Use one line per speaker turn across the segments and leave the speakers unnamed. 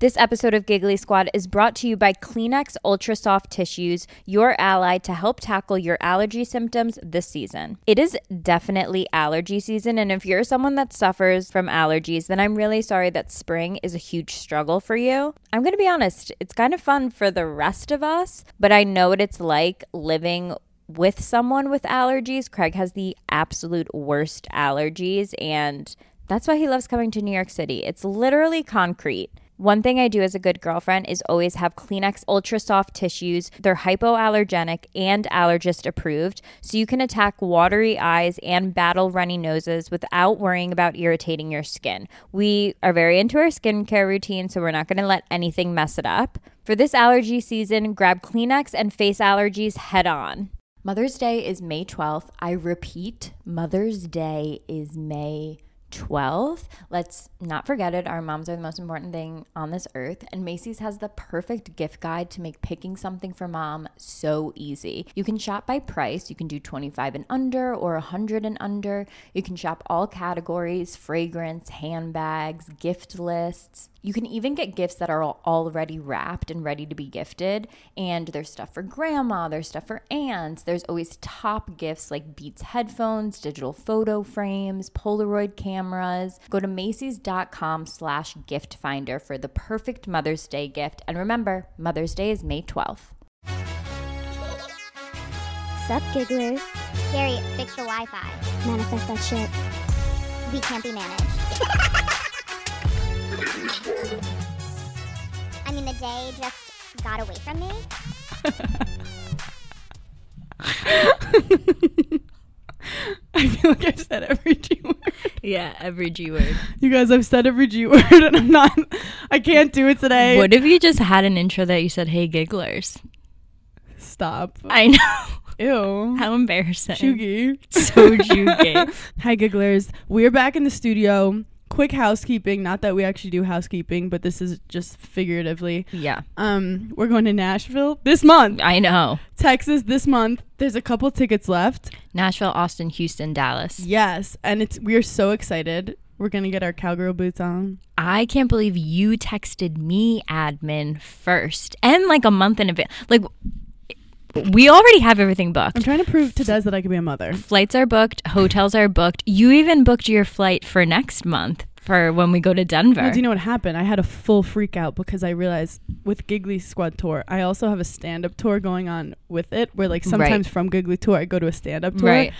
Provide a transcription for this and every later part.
This episode of Giggly Squad is brought to you by Kleenex Ultra Soft Tissues, your ally to help tackle your allergy symptoms this season. It is definitely allergy season, and if you're someone that suffers from allergies, then I'm really sorry that spring is a huge struggle for you. I'm gonna be honest, it's kind of fun for the rest of us, but I know what it's like living with someone with allergies. Craig has the absolute worst allergies, and that's why he loves coming to New York City. It's literally concrete. One thing I do as a good girlfriend is always have Kleenex Ultra Soft tissues. They're hypoallergenic and allergist approved, so you can attack watery eyes and battle runny noses without worrying about irritating your skin. We are very into our skincare routine, so we're not going to let anything mess it up. For this allergy season, grab Kleenex and face allergies head on. Mother's Day is May 12th. I repeat, Mother's Day is May 12th. Let's not forget it. Our moms are the most important thing on this earth. And Macy's has the perfect gift guide to make picking something for mom so easy. You can shop by price. You can do 25 and under or 100 and under. You can shop all categories fragrance, handbags, gift lists. You can even get gifts that are al- already wrapped and ready to be gifted. And there's stuff for grandma, there's stuff for aunts. There's always top gifts like Beats headphones, digital photo frames, Polaroid cameras. Go to Macy's.com slash gift finder for the perfect Mother's Day gift. And remember, Mother's Day is May 12th.
Sup, gigglers?
Harriet, fix the Wi-Fi.
Manifest that shit.
We can't be managed. I mean, the day just got away from me.
I feel like I've said every G word.
Yeah, every G word.
You guys, I've said every G word, and I'm not. I can't do it today.
What if you just had an intro that you said, hey, gigglers?
Stop.
I know.
Ew.
How embarrassing.
Chuggy.
So jugay.
Hi, gigglers. We're back in the studio. Quick housekeeping. Not that we actually do housekeeping, but this is just figuratively.
yeah,
Um, we're going to Nashville this month,
I know.
Texas this month. There's a couple tickets left.
Nashville, Austin, Houston, Dallas.
Yes, and it's we are so excited. We're gonna get our cowgirl boots on.
I can't believe you texted me admin first and like a month in advance. Like, we already have everything
I'm
booked.
trying to prove to Des that I can be a mother.
Flights are booked, hotels are booked. You even booked your flight for next month for when we go to Denver.
Well, do you know what happened? I had a full freak out because I realized with Giggly Squad tour, I also have a stand up tour going on with it, where like sometimes from Giggly tour I go to a stand up tour,
Right.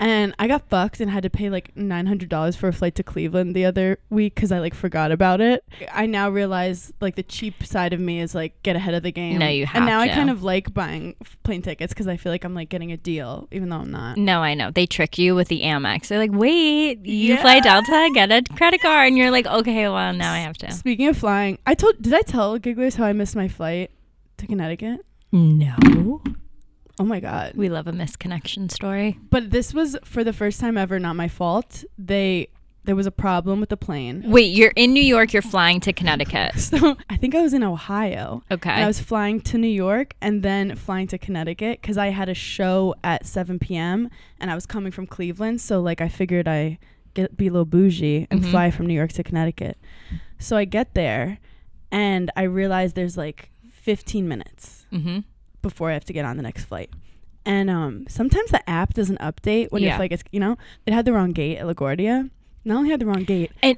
and I got fucked and had to pay like nine hundred dollars for a flight to Cleveland the other week because I like forgot about it. I now realize like the cheap side of me is like get ahead of the game.
No, you have
And now I
to.
kind of like buying f- plane tickets because I feel like I'm like getting a deal, even though I'm not.
No, I know. They trick you with the Amex. They're like, wait, you fly Delta, get a credit card. And you're like, okay, well, now I have to.
Speaking of flying, I told did I tell Gigglers how I missed my flight to Connecticut?
No.
Oh my god.
We love a misconnection story.
But this was for the first time ever not my fault. They there was a problem with the plane.
Wait, you're in New York, you're flying to Connecticut.
So I think I was in Ohio.
Okay.
And I was flying to New York and then flying to Connecticut because I had a show at 7 p.m. and I was coming from Cleveland. So like I figured I get be a little bougie and fly from New York to Connecticut. So I get there and I realize there's like 15 minutes
Mm-hmm.
before I have to get on the next flight. And um, sometimes the app doesn't update when
Yeah.
your flight gets, you know, it had the wrong gate at LaGuardia. Not only had the wrong gate,
And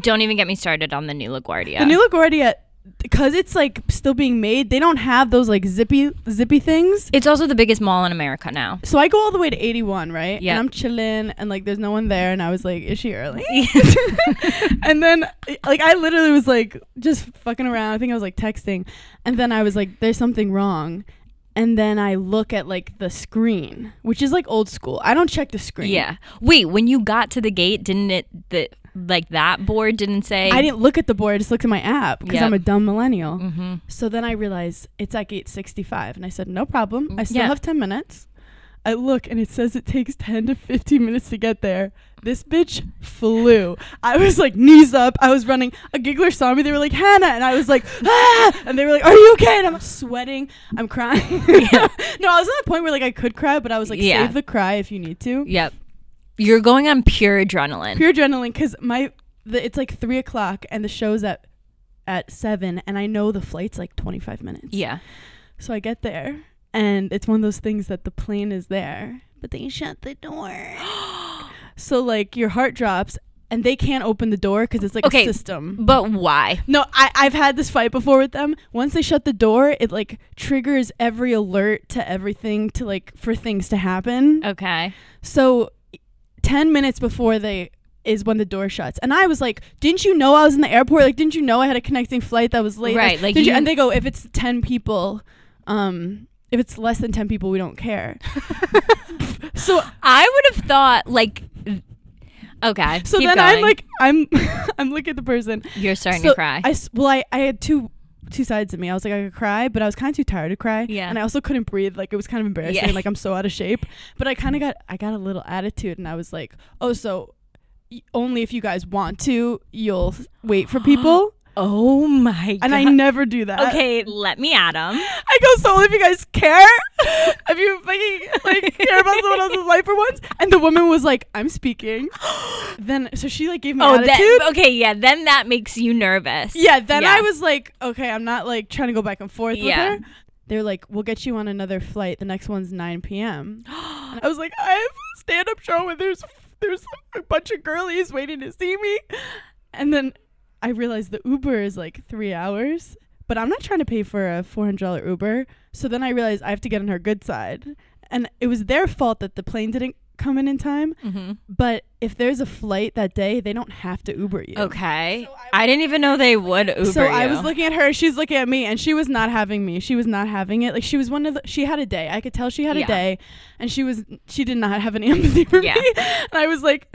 don't even get me started on the new LaGuardia.
the new LaGuardia, because it's like still being made, they don't have those like zippy, zippy things.
it's also the biggest mall in America now.
So I go all the way to 81, right?
Yeah.
And I'm chilling and like there's no one there. And I was like, is she early? and then like I literally was like just fucking around. I think I was like texting. And then I was like, there's something wrong. and then I look at like the screen, which is like old school. I don't check the screen.
Yeah. Wait, when you got to the gate, didn't it the like that board didn't say
I didn't look at the board. I just looked at my app because
Yep. Mm-hmm.
I'm a dumb millennial. So then I realized it's at gate 65. And I said, no problem. I still
Mm, Yeah.
have 10 minutes. I look and it says it takes 10 to 15 minutes to get there. This bitch flew. I was like knees up. I was running. A giggler saw me. They were like, Hannah. And I was like, ah. And they were like, are you okay? And I'm sweating. I'm crying. no, I was at the point where like I could cry, but I was like,
Yeah.
save the cry if you need to
Yep. You're going on pure adrenaline.
pure adrenaline because my the, it's like three o'clock and the show's at at seven and i know the flight's like 25 minutes
yeah.
so i get there and it's one of those things that the plane is there but they shut the door so like your heart drops and they can't open the door because it's like
Okay.
a system
But why?
no, I, I've had this fight before with them. Once they shut the door, it like triggers every alert to everything to like for things to happen.
Okay.
So, 10 minutes before they is when the door shuts. And I was like, didn't you know I was in the airport? Like, didn't you know I had a connecting flight that was late?
Right, like
Didn't you-
you-
and they go, if it's 10 people, um, if it's less than 10 people, we don't care. so,
I would have thought like Okay.
so
keep
then
going.
I'm like, I'm, I'm looking at the person.
You're starting
So
to cry.
I, s- well, I, I had two, two sides of me. I was like, I could cry, but I was kind of too tired to cry.
Yeah.
And I also couldn't breathe. Like, it was kind of embarrassing.
Yeah.
Like, I'm so out of shape. But I kind of got, I got a little attitude and I was like, oh, so y- only if you guys want to, you'll wait for people.
oh my god.
and I never do that.
Okay, let me add 'em.
I go, so only if you guys care. if you fucking, like, care about someone else's life for once. And the woman was like, I'm speaking. then, so she, like, gave me
Oh,
attitude.
that, okay, yeah. Then that makes you nervous.
Yeah, then
Yeah.
I was like, okay, I'm not like trying to go back and forth
Yeah.
with her. They're like, we'll get you on another flight. The next one's 9 p.m. and I was like, I have a stand up show and there's there's a bunch of girlies waiting to see me. And then I realized the Uber is like three hours, but I'm not trying to pay for a $400 Uber. So then I realized I have to get on her good side. And it was their fault that the plane didn't come in in time.
Mm-hmm.
But if there's a flight that day, they don't have to Uber you.
Okay. I, didn't even know they would Uber.
So I
you.
was looking at her, she's looking at me, and she was not having me. She was not having it. Like she was one of the she had a day. I could tell she had
Yeah.
a day and she was she did not have any empathy for
Yeah.
me. And I was like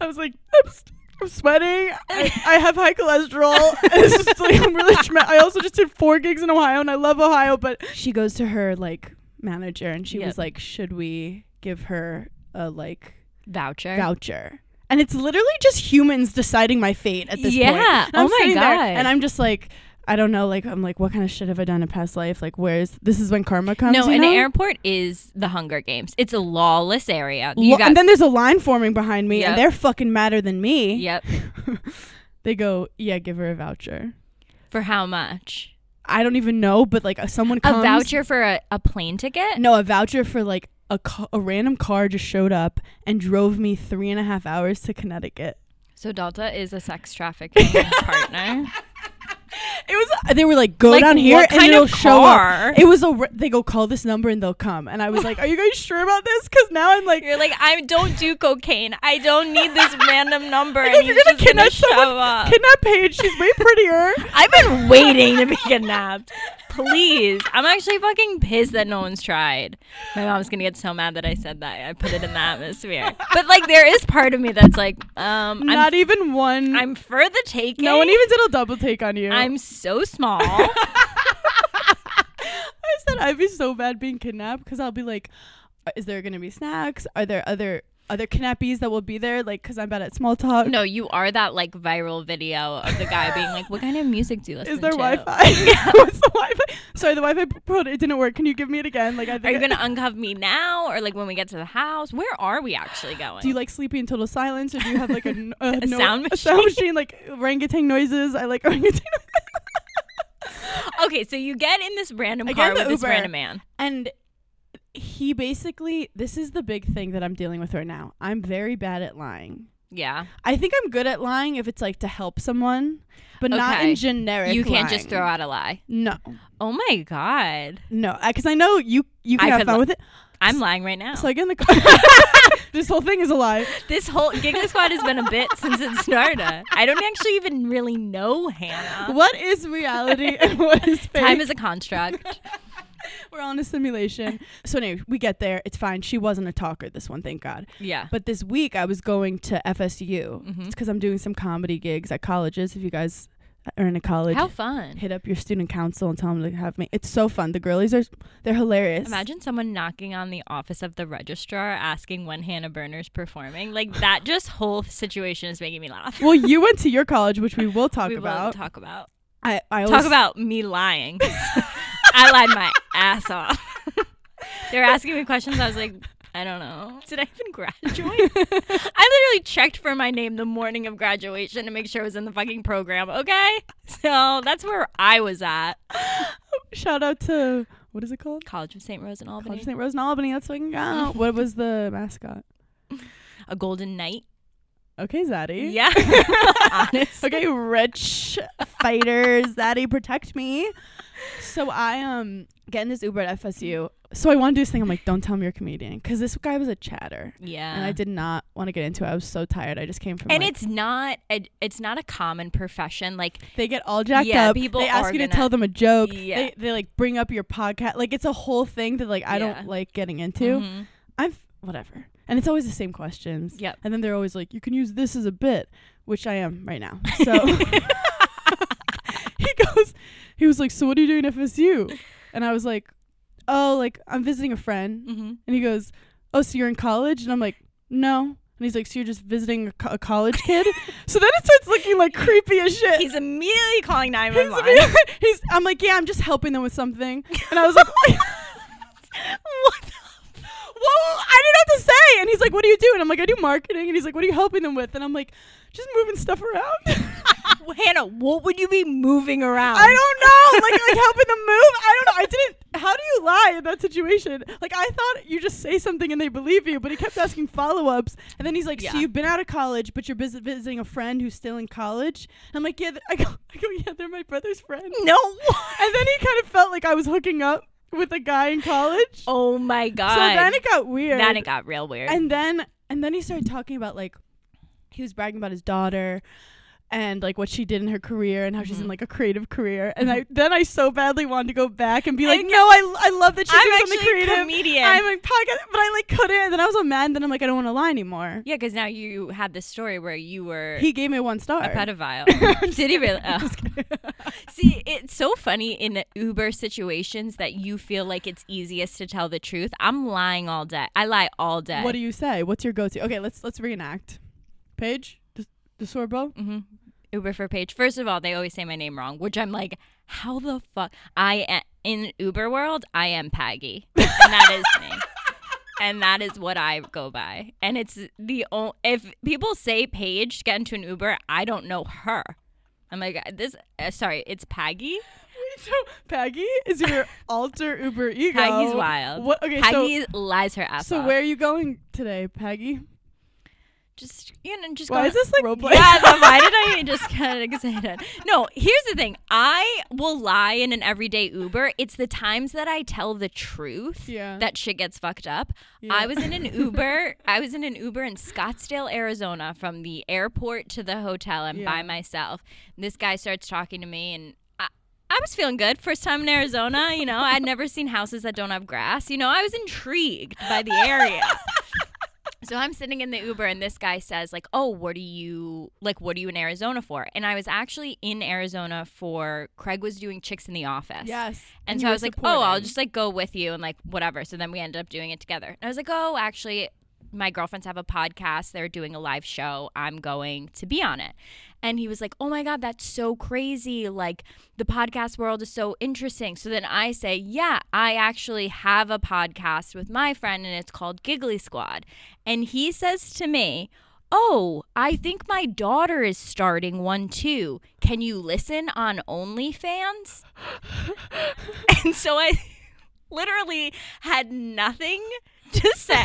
I was like I'm, s- I'm sweating. I, I have high cholesterol. And it's just like I'm really tra- I also just did four gigs in Ohio and I love Ohio, but she goes to her like manager and she
Yep.
was like, "Should we give her a like
voucher.
voucher. And it's literally just humans deciding my fate at this point.
Yeah.
And I'm
Oh my
sitting there,
God.
and I'm just like, I don't know. Like, I'm like, what kind of shit have I done in past life? Like, where's this is when karma comes?
No,
you
an
know?
airport is the Hunger Games. It's a lawless area. You
Lo-
got.
and then there's a line forming behind me,
Yep.
and they're fucking madder than me.
yep.
They go, yeah, give her a voucher.
For how much?
I don't even know, but like uh, someone
A
comes.
voucher for a, a plane ticket?
No, a voucher for like a ca- a random car just showed up and drove me three and a half hours to Connecticut.
So Delta is a sex trafficking partner.
It was. They were like, go
uh, Like,
down here
what
and
kind
it'll
of
show
car?
up. It was a. re- They go call this number and they'll come. And I was like, are you guys sure about this? Because now I'm like,
You're like, I don't do cocaine. I don't need this random number.
if
and
you're
he's
gonna
just gonna
kidnap
show
someone,
up.
kidnap Paige. She's way prettier.
I've been waiting to be kidnapped. Please. I'm actually fucking pissed that no one's tried. My mom's gonna get so mad that I said that. I put it in the atmosphere. But like there is part of me that's like, um
Not even one.
I'm I'm for the taking.
Mm. no one even did a double take on you.
I'm so small.
I said I'd be so bad being kidnapped because I'll be like, "Uh, is there gonna be snacks? Are there other other kidnappees that will be there? Like, because I'm bad at small talk.
no, you are that like viral video of the guy being like, What kind of music do you listen to?
Is there Wi-Fi? What's the Wi-Fi? Sorry, the Wi-Fi put it didn't work. Can you give me it again? Like, I think
Are you
I-
gonna uncuff me now or like when we get to the house? Where are we actually going?
Do you like sleepy in total silence, or do you have like a, n- a
A sound
a sound machine like orangutan noises? I like orangutan.
okay, so you get in this random
I get
car
the
with this
Uber.
random man.
And he basically, this is the big thing that I'm dealing with right now. I'm very bad at lying.
Yeah.
I think I'm good at lying if it's like to help someone, but not in
Okay.
generic.
You can't just throw
lying.
out a lie.
No,
Oh my god.
no, because I oh. know you you can
I
have
could
fun
li-
with it.
I'm lying right now.
So I get in the car. this whole thing is a lie.
this whole Giga Squad has been a bit since it started. I don't actually even really know Hannah.
What Uh. is reality and what is fake?
Time is a construct.
We're on a simulation. So anyway, we get there. It's fine. She wasn't a talker this one, thank God.
Yeah. Mm-hmm.
But this week I was going to FSU. It's because I'm doing some comedy gigs at colleges. If you guys are in a college,
How fun.
hit up your student council and tell them to have me. It's so fun. The girlies are they're hilarious.
Imagine someone knocking on the office of the registrar asking when Hannah Burner's performing. Like that just whole situation is making me laugh.
Well, you went to your college, which we will talk
we will
about.
talk about.
I, I always,
Talk about me lying. I lied my ass off. they were asking me questions. I was like, I don't know. Did I even graduate? I literally checked for my name the morning of graduation to make sure it was in the fucking program. Okay. So that's where I was at.
shout out to what is it called?
College of St. Rose in Albany.
College St. Rose in Albany. That's fucking go. what was the mascot?
A golden knight.
Okay, Zaddy.
Yeah. Honest.
Okay, rich fighters, Zaddy, protect me. So I um get in this Uber at FSU. So I want to do this thing. I'm like, don't tell me you're a comedian, because this guy was a chatter,
Yeah.
and I did not want to get into it. I was so tired. I just came from.
and
like-
it's not it, it's not a common profession like
they get all jacked
Yeah,
up.
people
they
are
ask you to
gonna-
tell them a joke.
Yeah.
They, they like bring up your podcast. Like it's a whole thing that like I
Yeah.
don't like getting into.
mhm.
I'm f- whatever. And it's always the same questions.
Yep.
And then they're always like, you can use this as a bit, which I am right now. So he goes, he was like, so what are you doing at FSU? And I was like, oh, like I'm visiting a friend.
Mhm.
And he goes, oh, so you're in college? And I'm like, no. And he's like, so you're just visiting a, co- a college kid? so then it starts looking like creepy as shit.
he's immediately calling
He's-
911
he's- I'm like, yeah, I'm just helping them with something. And I was like, what the? Well, I didn't know what to say. And he's like, what do you do? And I'm like, I do marketing. And he's like, what are you helping them with? And I'm like, just moving stuff around.
hannah what would you be moving around
I don't know. Like, like helping them move. I don't know. I didn't. How do you lie in that situation? Like, I thought you just say something and they believe you, but he kept asking follow ups. And then he's like,
Yeah.
so you've been out of college, but you're busy visiting a friend who's still in college. I'm like, yeah. th- I go, I go, yeah, they're my brother's friend.
no
And then he kind of felt like I was hooking up with a guy in college.
oh my god
so then it got weird.
Then it got real weird
and then and then he started talking about like he was bragging about his daughter and like what she did in her career and how she's
Mm-hmm.
in like a creative career. And I then I so badly wanted to go back and be like,
I know.
no, I, I love that she's
I'm
doing something
actually a
creative.
comedian."
I'm a podcast, but I like couldn't. And then I was a man. Then I'm like, I don't want to lie anymore.
yeah because now you had this story where you were
He gave me one star.
a pedophile did he really oh. see it's so funny in uber situations that you feel like it's easiest to tell the truth i'm lying all day i lie all day
What do you say? What's your go-to? Okay, let's let's reenact. Paige, the, the Sorbo.
Mm-hmm. Uber for Paige. First of all, they always say my name wrong, which I'm like, how the fuck? I am, in Uber world, I am Paggy, and that is me, and that is what I go by. And it's the only if people say Paige to get into an Uber, I don't know her. I'm like this. Uh, sorry, it's Paggy.
So Peggy is your alter Uber ego.
Paggy's wild.
What? Okay,
Paggy lies her ass
so so
off.
where are you going today, Peggy?
just you know just
Why
going-
is this like role play?
Yeah, no, why did I just get excited? No, here's the thing. I will lie in an everyday Uber. It's the times that I tell the truth
Yeah.
that shit gets fucked up.
Yeah.
I was in an Uber. I was in an Uber in Scottsdale, Arizona, from the airport to the hotel. I'm
Yeah.
by myself. This guy starts talking to me, and I, I was feeling good. First time in Arizona, you know, I'd never seen houses that don't have grass. You know, I was intrigued by the area. So I'm sitting in the Uber and this guy says like, "Oh, what are you like what are you in Arizona for?" And I was actually in Arizona for Craig was doing Chicks in the Office.
Yes.
And,
And
so
you
I
were
was like, "Oh, I'll
supporting."
just like go with you and like whatever." So then we ended up doing it together. And I was like, "Oh, actually my girlfriends have a podcast. They're doing a live show. I'm going to be on it." And he was like, "Oh my god, that's so crazy. Like the podcast world is so interesting." So then I say, "Yeah, I actually have a podcast with my friend and it's called Giggly Squad." And he says to me, Oh, I think my daughter is starting one too. Can you listen on OnlyFans? and so I literally had nothing to say.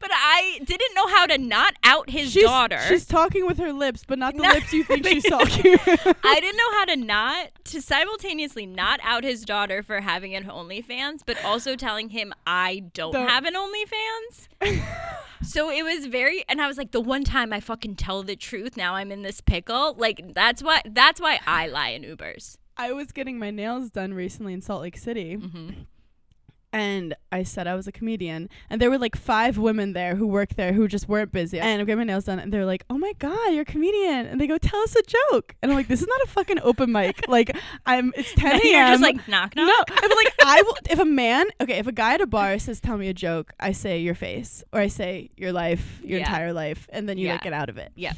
but I didn't know how to not out his
She's,
daughter.
She's talking with her lips, but not the
No.
lips you think she's talking.
I didn't know how to not to simultaneously not out his daughter for having an OnlyFans, but also telling him I don't,
Don't.
have an OnlyFans. so it was very, and I was like, the one time I fucking tell the truth, now I'm in this pickle. Like that's why that's why I lie in Ubers.
I was getting my nails done recently in Salt Lake City.
Mhm.
And I said I was a comedian. And there were like five women there who work there who just weren't busy. And I'm getting my nails done. And they're like, oh my God, you're a comedian. And they go, tell us a joke. And I'm like, this is not a fucking open mic. Like, I'm, it's 10 a.m.
You're just like knock knock.
No, I'm like I will. If a man, okay, if a guy at a bar says, "Tell me a joke," I say your face, or I say your life, your
Yeah.
entire life, and then you like
Yeah.
get out of it.
Yeah.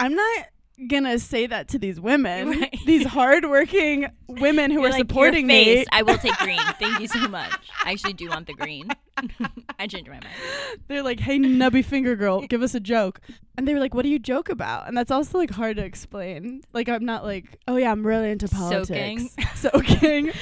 I'm not gonna say that to these women,
Right.
these hardworking women who
You're
are
like,
supporting
your face,
me.
I will take green. Thank you so much. I actually do want the green. I changed my mind.
They're like, "Hey, nubby finger girl, give us a joke," and they were like, "What do you joke about?" And that's also like hard to explain. Like, I'm not like, "Oh yeah, I'm really into
Soaking.
politics." Soaking.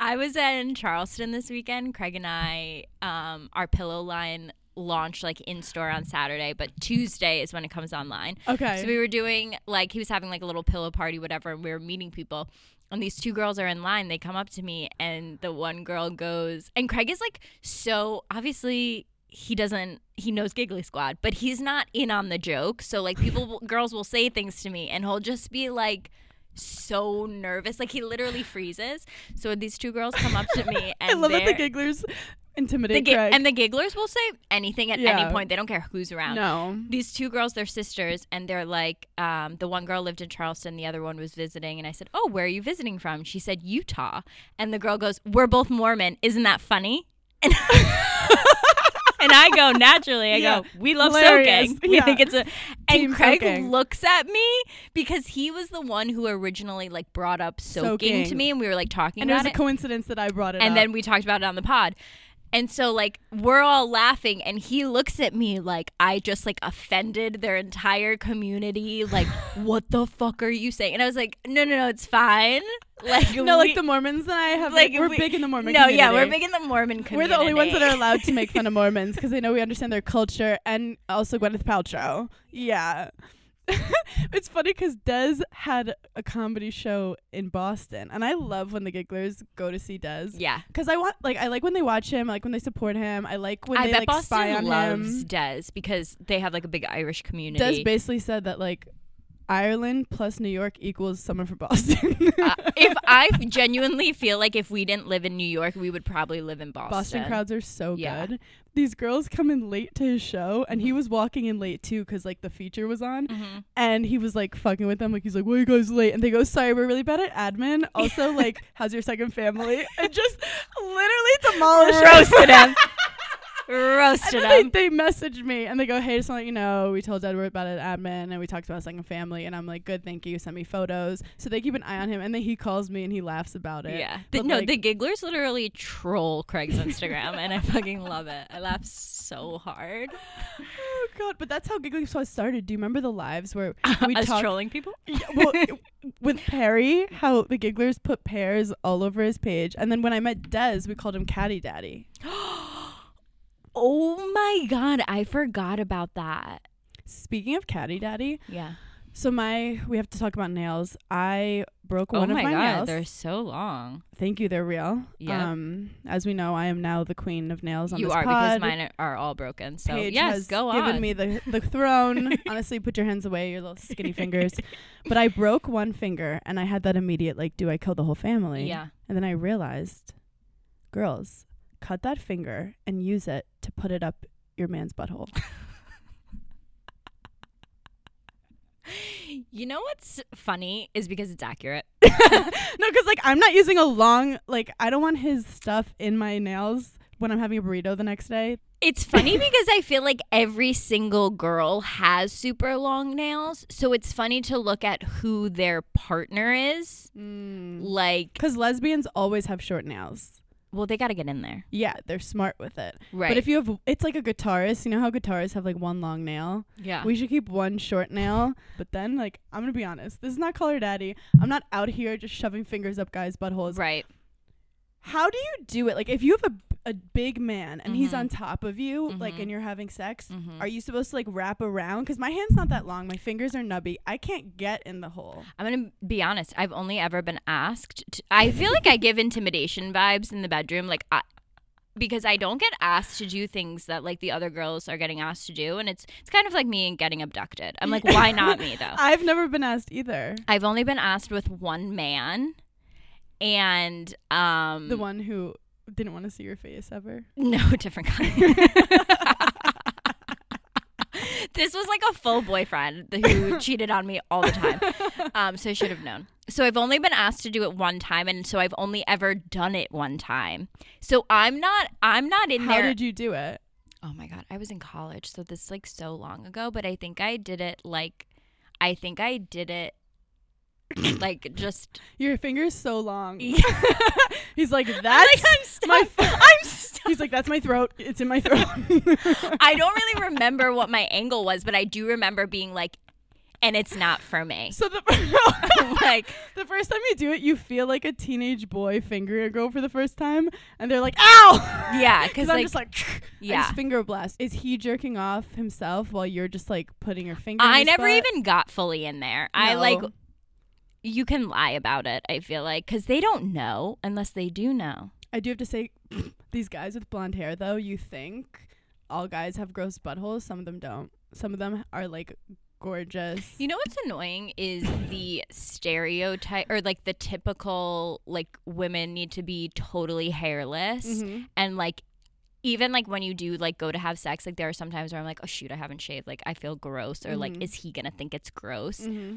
I was in Charleston this weekend. Craig and I, um, our pillow line launched like in store on Saturday, but Tuesday is when it comes online.
Okay.
So we were doing like he was having like a little pillow party, whatever, and we were meeting people. And these two girls are in line. They come up to me, and the one girl goes, and Craig is like so obviously he doesn't he knows Giggly Squad, but he's not in on the joke. So like people will- girls will say things to me, and he'll just be like so nervous, like he literally freezes. So these two girls come up to me, and
I love that the
they're-
gigglers
the
intimidate
gi-
Craig.
and the gigglers will say anything at
Yeah.
any point. They don't care who's around
no.
these two girls they're sisters and they're like um, the one girl lived in charleston the other one was visiting and i said oh where are you visiting from she said utah and the girl goes we're both mormon isn't that funny and, and i go naturally i go we love
Hilarious.
soaking we
Yeah.
think it's a and
Team
craig
soaking.
looks at me because he was the one who originally like brought up soaking, to
Soaking.
me and we were like talking
and it
about
was a coincidence that I brought it up.
and then we talked about it on the pod. And so like we're all laughing and he looks at me like I just like offended their entire community like what the fuck are you saying? And I was like no no no it's fine. Like
no,
we-
like the Mormons and I have like, we're
we-
big in the Mormon
No,
community.
yeah, we're big in the Mormon community.
We're the only ones that are allowed to make fun of Mormons because they know we understand their culture and also Gwyneth Paltrow. Yeah. it's funny because Dez had a comedy show in Boston, and I love when the gigglers go to see Dez
Yeah.
because I want like I like when they watch him, I like when they support him, I like when
I
they
bet
like
Boston
spy on
loves
him.
Dez because they have like a big Irish community.
Dez basically said that like Ireland plus New York equals someone from Boston.
Uh, if I genuinely feel like if we didn't live in New York, we would probably live in Boston.
Boston crowds are so
Yeah. Mm-hmm.
good. These girls come in late to his show, and he was walking in late too because like the feature was on,
Mhm.
and he was like fucking with them. Like he's like, "Why are you guys late?" And they go, "Sorry, we're really bad at admin. Also, like, how's your second family?" And just literally demolish
Roasted him.
And
Roasted
then
him.
they, they message me and they go, "Hey, just want to let you know we told Edward about it at admin, and we talked about second family." And I'm like, "Good, thank you." Send me photos. So they keep an eye on him, and then he calls me and he laughs about it.
Yeah. The,
But,
no,
like,
the gigglers literally troll Craig's Instagram, and I fucking love it. I laugh so hard.
Oh god! But that's how Giggly Squad started. Do you remember the lives where we
Us
talked
trolling people?
Yeah, well, with Perry? How the Gigglers put pears all over his page, and then when I met Dez, we called him Caddy Daddy.
Oh my God. I forgot about that.
Speaking of Caddy Daddy,
Yeah.
so my we have to talk about nails. I broke one
oh my
of my
God.
nails.
They're so long.
Thank you, they're real.
Yeah.
Um, as we know, I am now the queen of nails on
You
this
are because
pod.
mine are- are all broken. So,
Paige
yes,
has
go
given
on.
me the, the throne. Honestly, put your hands away, your little skinny fingers. But I broke one finger and I had that immediate like, do I kill the whole family?
Yeah.
And then I realized, girls, cut that finger and use it to put it up your man's butthole.
You know what's funny is because it's accurate.
no, because like I'm not using a long like I don't want his stuff in my nails when I'm having a burrito the next day.
It's funny because I feel like every single girl has super long nails. So it's funny to look at who their partner is. Mm. Like,
Because lesbians always have short nails.
well, they got to get in there.
Yeah, they're smart with it.
Right.
But if you have, it's like a guitarist. You know how guitarists have like one long nail?
yeah.
We should keep one short nail. But then, like, I'm gonna be honest. This is not color daddy. I'm not out here just shoving fingers up guys' buttholes.
right.
How do you do it? Like, if you have a, a big man and he's
Mhm.
on top of you, like,
Mhm.
and you're having sex,
Mhm.
are you supposed to like wrap around? Because my hand's not that long. My fingers are nubby. I can't get in the hole.
I'm going to be honest. I've only ever been asked. To, I feel like I give intimidation vibes in the bedroom. Like, I, because I don't get asked to do things that like the other girls are getting asked to do. And it's, it's kind of like me and getting abducted. I'm like, why not me though?
I've never been asked either.
I've only been asked with one man. and um
The one who didn't want to see your face ever.
No, different guy. this was like a full boyfriend th- who cheated on me all the time. Um, so I should have known. So I've only been asked to do it one time, and so I've only ever done it one time. So I'm not. I'm not in
How
there.
did you do it?
oh my god, I was in college, so this is like so long ago. But I think I did it like. I think I did it. like just.
Your finger's so long.
That's.
He's like,
Like,
that's
I'm stuck.
my. f-"
I'm stuck.
He's like, that's my throat. It's in my throat.
I don't really remember what my angle was, but I do remember being like, and it's not for me.
so the
like,
the first time you do it, you feel like a teenage boy fingering a girl for the first time, and they're like, ow.
yeah, because
Because
like,
I'm just like, yeah.
yeah.
finger blast. Is he jerking off himself while you're just like putting your finger? in
I
his
never
butt?
even got fully in there. I
No.
like, you can lie about it, I feel like, because they don't know unless they do know.
I do have to say, these guys with blonde hair, though, you think all guys have gross buttholes? Some of them don't. Some of them are like gorgeous.
You know what's annoying is the stereotype or like the typical like women need to be totally hairless
Mhm.
and like even like when you do like go to have sex like there are some times where I'm like oh shoot I haven't shaved like I feel gross or like
Mhm.
is he gonna think it's gross
Mhm. Mm-hmm.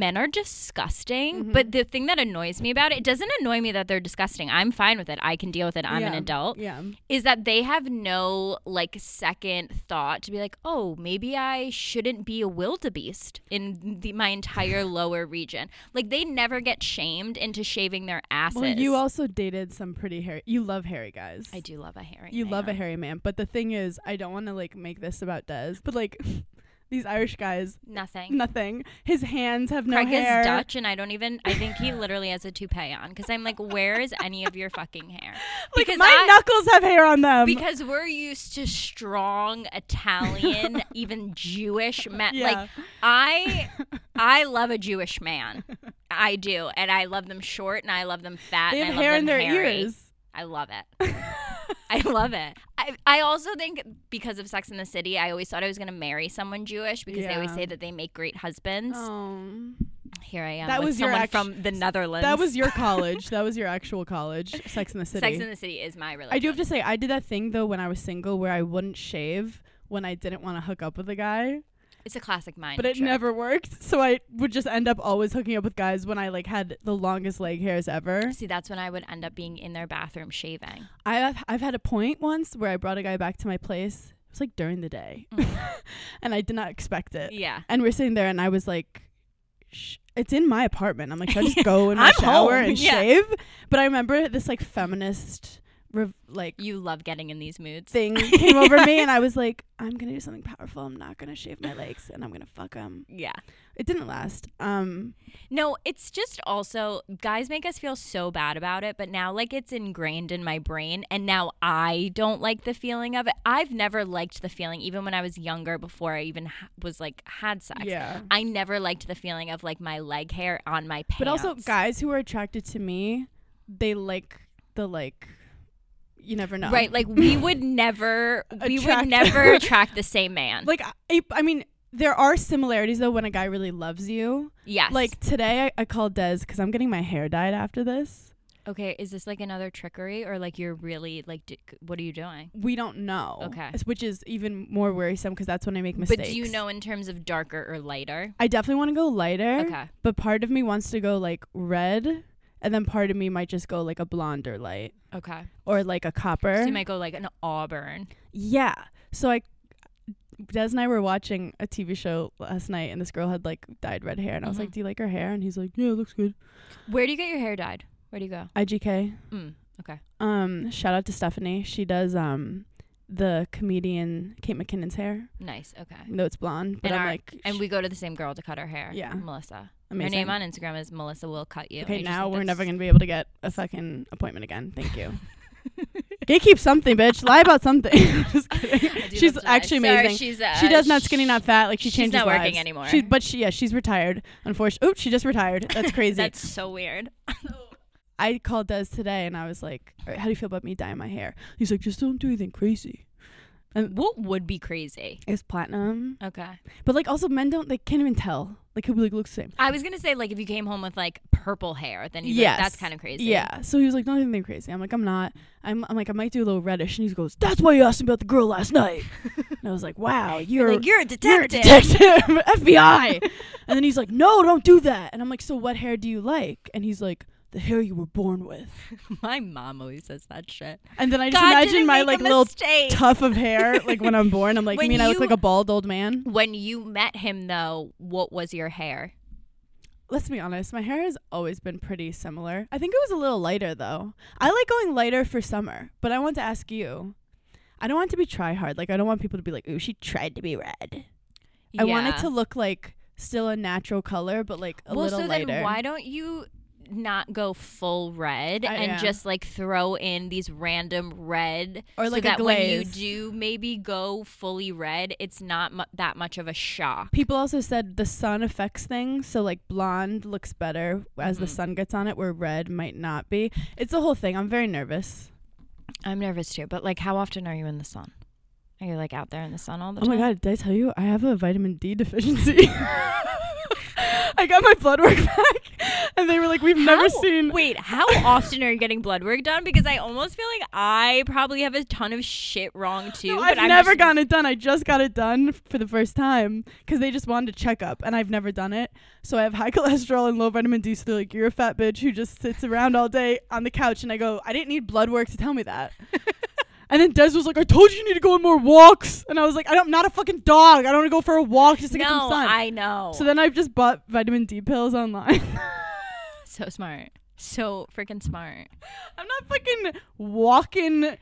men are disgusting
Mhm.
but the thing that annoys me about it it doesn't annoy me that they're disgusting I'm fine with it I can deal with it I'm an
Yeah.
adult
Yeah.
is that they have no like second thought to be like, oh, maybe I shouldn't be a wildebeest in the, my entire lower region. Like they never get shamed into shaving their asses.
Well, you also dated some pretty hairy. You love hairy guys.
I do love a hairy.
You love a
man.
hairy man, but the thing is, I don't want to like make this about Des, but like these Irish guys,
Nothing.
nothing. His hands have no
Craig
hair.
is Dutch, and I don't even. I think he literally has a toupee on because I'm like, where is any of your fucking hair?
Like,
Because
my
I-
knuckles have hair on them.
because we're used to strong Italian, even Jewish men.
Yeah.
Like I, I love a Jewish man. I do, and I love them short, and I love them fat.
they
and
have
I love
hair in
them
their
hairy.
ears.
I love it. I love it. I, I also think because of Sex in the City, I always thought I was going to marry someone Jewish because they always
Yeah.
say that they make great husbands.
Um,
Here I am.
That
with
was your
someone
act-
from the Netherlands.
that was your college. that was your actual college, Sex in the City.
Sex in the City is my religion.
I do have to say, I did that thing though when I was single where I wouldn't shave when I didn't want to hook up with a guy,
It's a classic mind.
but it
trick.
never worked. So I would just end up always hooking up with guys when I like had the longest leg hairs ever.
See, that's when I would end up being in their bathroom shaving.
I've I've had a point once where I brought a guy back to my place. It was like during the day, and I did not expect it.
Mm. Yeah.
And we're sitting there, and I was like, Shh, "It's in my apartment." I'm like, "Should I just go in my
I'm
shower
home.
and
Yeah.
shave?" But I remember this like feminist rev- like
You love getting in these moods.
thing came over me, and I was like, "I'm gonna do something powerful. I'm not gonna shave my legs, and I'm gonna fuck him."
Yeah.
It didn't last. Um,
No, it's just also guys make us feel so bad about it, but now like it's ingrained in my brain and now I don't like the feeling of it. I've never liked the feeling even when I was younger before I even ha- was like had sex.
Yeah.
I never liked the feeling of like my leg hair on my pants.
But also, guys who are attracted to me, they like the like. You never know.
Right, like we would never we would
Attract-
never attract the same man.
like I, I mean there are similarities though when a guy really loves you
yes.
like today i, I called des because i'm getting my hair dyed after this
okay, is this like another trickery or like you're really like d- what are you doing?
we don't know
Okay.
It's- which is even more worrisome because that's when i make mistakes
But do you know in terms of darker or lighter?
i definitely want to go lighter
Okay.
but part of me wants to go like red and then part of me might just go like a blonde or light
Okay.
or like a copper
So you might go like an auburn.
yeah so i Des and I were watching a TV show last night, and this girl had like dyed red hair, and I was
Mhm.
like, "Do you like her hair?" And he's like, "Yeah, it looks good."
Where do you get your hair dyed? Where do you go?
IGK,
Mm, okay.
Um, shout out to Stephanie. She does um the comedian Kate McKinnon's hair.
Nice. Okay.
No, it's blonde, but
And
I'm
our-
like
And
sh-
we go to the same girl to cut her hair.
Yeah.
Melissa.
amazing.
Her name on Instagram is Melissa Will Cut You.
Okay, now we're never gonna be able to get a fucking appointment again. Thank you. Gatekeep something, bitch. Lie about something. Just kidding. She's actually amazing.
she's, uh,
she does not skinny, not fat. Like she
she's
changes
not working
lives.
anymore.
She, but she, yeah, she's retired. Unfortunately, oops, she just retired. That's crazy.
That's so weird.
I called Des today and I was like, "All right, "How do you feel about me dyeing my hair?" He's like, "Just don't do anything crazy."
What would be crazy?
It's platinum.
Okay.
But like also men don't they can't even tell. Like he'll be like, looks the same.
I was gonna say like if you came home with like purple hair, then yeah,
Yes.
like, that's kind of crazy.
Yeah. So he was like, "Don't think they're crazy." I'm like, "I'm not." I'm, I'm like, "I might do a little reddish," and he goes, "That's why you asked me about the girl last night." and I was like, "Wow, you're
like you're a
you're a
detective.
detective, FBI." and then he's like, "No, don't do that." And I'm like, "So what hair do you like?" And he's like, "The hair you were born with."
My mom always says that shit.
And then I just
God
imagine
didn't
my
make a
like little
mistake.
tuft of hair, like when I'm born. I'm like,
When
you mean I look
you-
like a bald old man?
When you met him though, what was your hair?
Let's be honest, my hair has always been pretty similar. I think it was a little lighter though. I like going lighter for summer, but I want to ask you. I don't want to be try hard. Like I don't want people to be like, "Ooh, she tried to be red." I want it
Yeah.
to look like still a natural color, but like a
well,
little
so
lighter.
then why don't you not go full red
I-
and
yeah.
just like throw in these random red
Or,
so
like, a
that when
glaze.
you do maybe go fully red, it's not mu- that much of a shock.
People also said the sun affects things, so like blonde looks better as
Mm-hmm.
the sun gets on it, where red might not be. It's a whole thing. I'm very nervous.
I'm nervous too, but like, how often are you in the sun? Are you like out there in the sun all the
Oh my god, did I tell you I have a vitamin D deficiency? I got my blood work back and they were like, We've never
How-
seen
Wait, how often are you getting blood work done? Because I almost feel like I probably have a ton of shit wrong too.
No,
but
I've
I'm
never
just-
gotten it done. I just got it done f- for the first time because they just wanted a checkup, and I've never done it. So I have high cholesterol and low vitamin D. So they're like, "You're a fat bitch who just sits around all day on the couch." And I go, "I didn't need blood work to tell me that." and then Des was like, "I told you you need to go on more walks," and I was like, "I don't, am not a fucking dog. I don't want to go for a walk just to get some
No,
sun."
I know.
so then I've just bought vitamin D pills online.
so smart, so freaking smart.
I'm not fucking walking.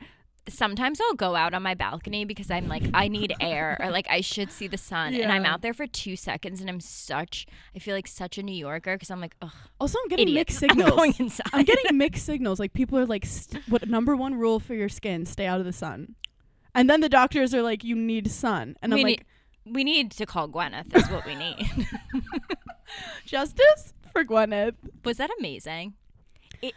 sometimes I'll go out on my balcony because I'm like, I need air or like I should see the sun. And I'm
Yeah.
out there for two seconds and I'm such, I feel like such a New Yorker because I'm like, ugh,
Also, I'm getting
idiot.
mixed signals.
I'm going inside.
I'm getting mixed signals. Like people are like, st- "What number one rule for your skin? Stay out of the sun." And then the doctors are like, "You need sun," and
we,
I'm
need,
like,
we need to call Gwyneth, is what we need.
"Justice for Gwyneth."
was that amazing? It,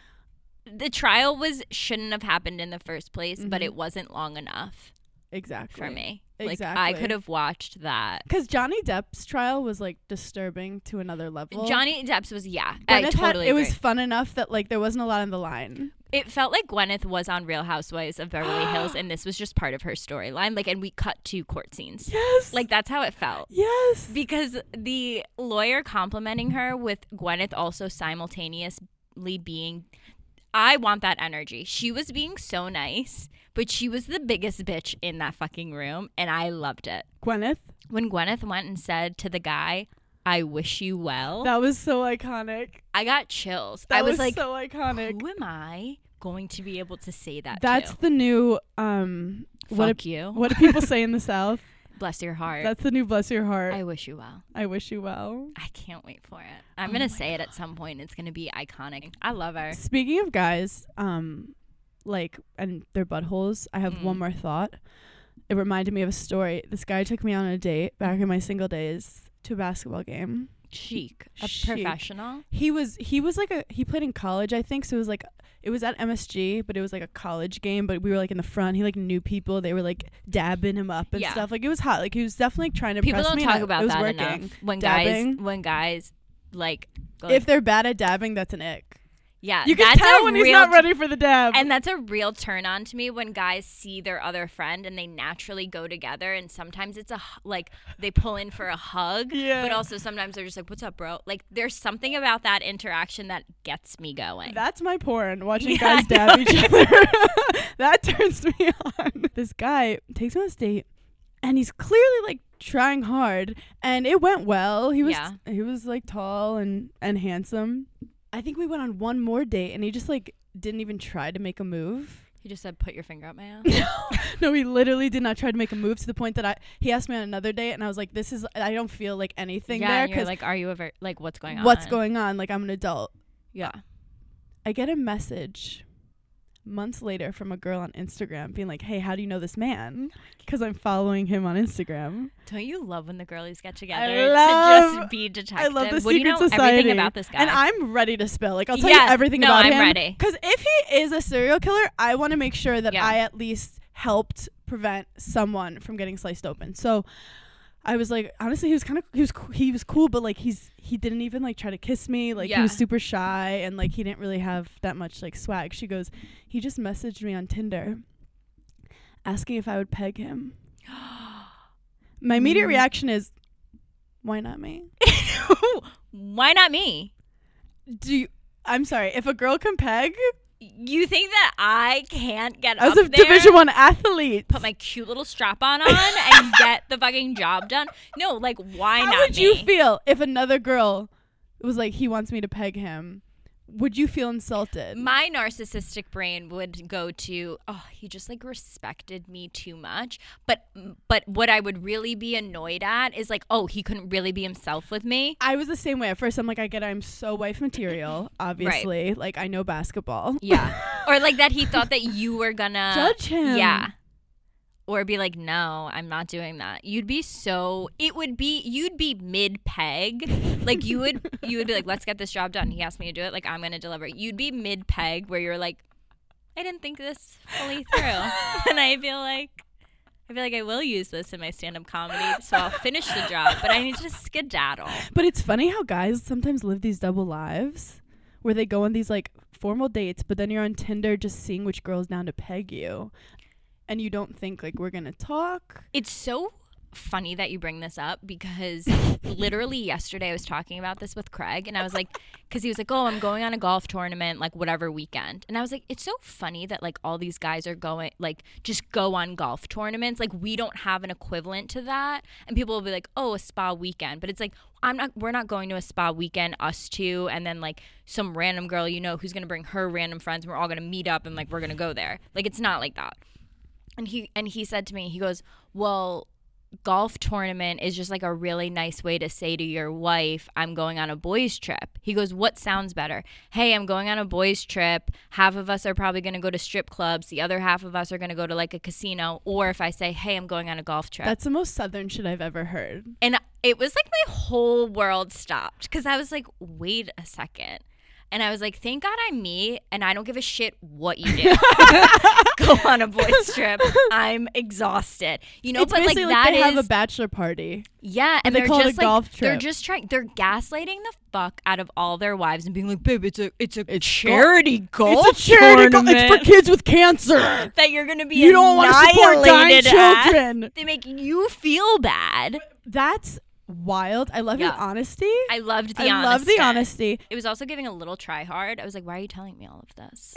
the trial was shouldn't have happened in the first place,
Mm-hmm.
but it wasn't long enough
Exactly
for me. Like I
Exactly.
could have watched that.
Because Johnny Depp's trial was like disturbing to another level.
Johnny Depp's was yeah,
Gwyneth
I
had-
totally
it
agree.
was fun enough that like there wasn't a lot on the line.
it felt like Gwyneth was on Real Housewives of Beverly Hills, and this was just part of her storyline. Like, and we cut to court scenes.
Yes.
Like that's how it felt.
yes.
Because the lawyer complimenting her with Gwyneth also simultaneously being I want that energy. She was being so nice, but she was the biggest bitch in that fucking room and I loved it.
Gwyneth.
When Gwyneth went and said to the guy, I wish you well,
That was so iconic.
I got chills.
That
I was, like,
so iconic.
who am I going to be able to say that
That's
to?
the new um. what
Fuck
do-
you.
What do people say in the South?
Bless your heart.
That's the new bless your heart.
I wish you well.
I wish you well.
I can't wait for it.
Oh
I'm going to say it at some point. It's going to be iconic. I love her.
Speaking of guys, um, like and their buttholes, I have
Mm.
one more thought. It reminded me of a story. This guy took me on a date back in my single days to a basketball game.
chic, a
Chic.
professional.
He was he was like a he played in college, I think. So it was like it was at MSG, but it was like a college game. But we were like in the front. He like knew people. They were like dabbing him up and
Yeah.
stuff. Like it was hot. Like he was definitely trying to
People
impress
don't
me, and
talk
it-
about
it was
that
working.
enough. When
Dabbing.
guys, when guys, like, go like-
If they're bad at dabbing, that's an ick.
yeah,
You can
Uh, that's
tell
a
when
real,
he's not ready for the dab.
And that's a real turn on to me when guys see their other friend and they naturally go together. And sometimes it's a h- like they pull in for a hug,
Yeah.
but also sometimes they're just like, "What's up, bro?" Like there's something about that interaction that gets me going.
That's my porn, watching
Yeah,
guys
I
dab
know.
each other. that turns me on. This guy takes me on a date and he's clearly like trying hard and it went well. He was
Yeah.
he was like tall and and handsome. I think we went on one more date and he just like didn't even try to make a move.
you just said, "Put your finger up my ass."
No, he literally did not try to make a move to the point that I he asked me on another date and I was like this is I don't feel like anything
yeah,
there
and you're
cuz
like, "Are you ever like what's going on?"
what's going on? Like I'm an adult.
Yeah.
I get a message months later from a girl on Instagram being like, "Hey, how do you know this man?" Because I'm following him on Instagram.
Don't you love when the girlies get together
love-
to just be detective?
I love the
What do you
secret
know
society.
everything about this guy?
and I'm ready to spill. Like I'll tell
Yeah,
you everything
no,
about
I'm
him.
ready.
Because if he is a serial killer, I want to make sure that
Yeah.
I at least helped prevent someone from getting sliced open. So. I was like, honestly, he was kind of he was coo- he was cool, but like he's he didn't even like try to kiss me. Like he was
Yeah.
super shy and like he didn't really have that much like swag. She goes, he just messaged me on Tinder, asking if I would peg him. My immediate
Mm.
reaction is, why not me?
Why not me?
Do you, I'm sorry if a girl can peg
You think that I can't get
as
up
a
there,
Division One athlete?
put my cute little strap on on, and get the fucking job done? No, like why
How
not
would
me?
you feel if another girl was like, he wants me to peg him? Would you feel insulted?
my narcissistic brain would go to oh he just like respected me too much but but what i would really be annoyed at is like oh he couldn't really be himself with me
I was the same way at first. I'm like, I get, it. I'm so wife material, obviously. Like, I know basketball.
yeah or like that he thought that you were gonna
Judge him.
yeah or be like no i'm not doing that you'd be so it would be you'd be mid peg like you would you would be like let's get this job done he asked me to do it like i'm gonna deliver it. you'd be mid peg where you're like i didn't think this fully through and i feel like I feel like I will use this in my stand-up comedy, so I'll finish the job. But I need to skedaddle.
But it's funny how guys sometimes live these double lives where they go on these like formal dates, but then you're on Tinder just seeing which girl's down to peg you. And you don't think, like, we're going to talk.
It's so funny that you bring this up because literally yesterday I was talking about this with Craig and I was like, because he was like, oh, I'm going on a golf tournament, like whatever weekend. And I was like, it's so funny that like all these guys are going, like just go on golf tournaments. Like we don't have an equivalent to that. And people will be like, oh, a spa weekend. But it's like, I'm not, we're not going to a spa weekend, us two, and then like some random girl you know who's going to bring her random friends and we're all going to meet up and like we're going to go there. Like it's not like that and he and he said to me he goes well golf tournament is just like a really nice way to say to your wife i'm going on a boys trip he goes what sounds better hey i'm going on a boys trip half of us are probably going to go to strip clubs the other half of us are going to go to like a casino or if i say hey i'm going on a golf trip
That's the most southern shit I've ever heard.
and it was like my whole world stopped because I was like, wait a second. And I was like, thank God I'm me and I don't give a shit what you do. Go on a boys trip. I'm exhausted. You know,
it's
but like
basically
that is
like, they have a bachelor party.
yeah, and
they
they are
call it a
just like
golf
they're
trip.
just trying. They're gaslighting the fuck out of all their wives and being like, "Babe, it's a it's a charity golf
it's a charity. go- it's for
tournament
kids with cancer.
that you're gonna be
you don't want to support dying
annihilated at."
children.
They make you feel bad.
That's wild. I love
Yeah.
your honesty.
I loved the
I
honesty.
love the honesty.
It was also giving a little try hard. I was like, why are you telling me all of this?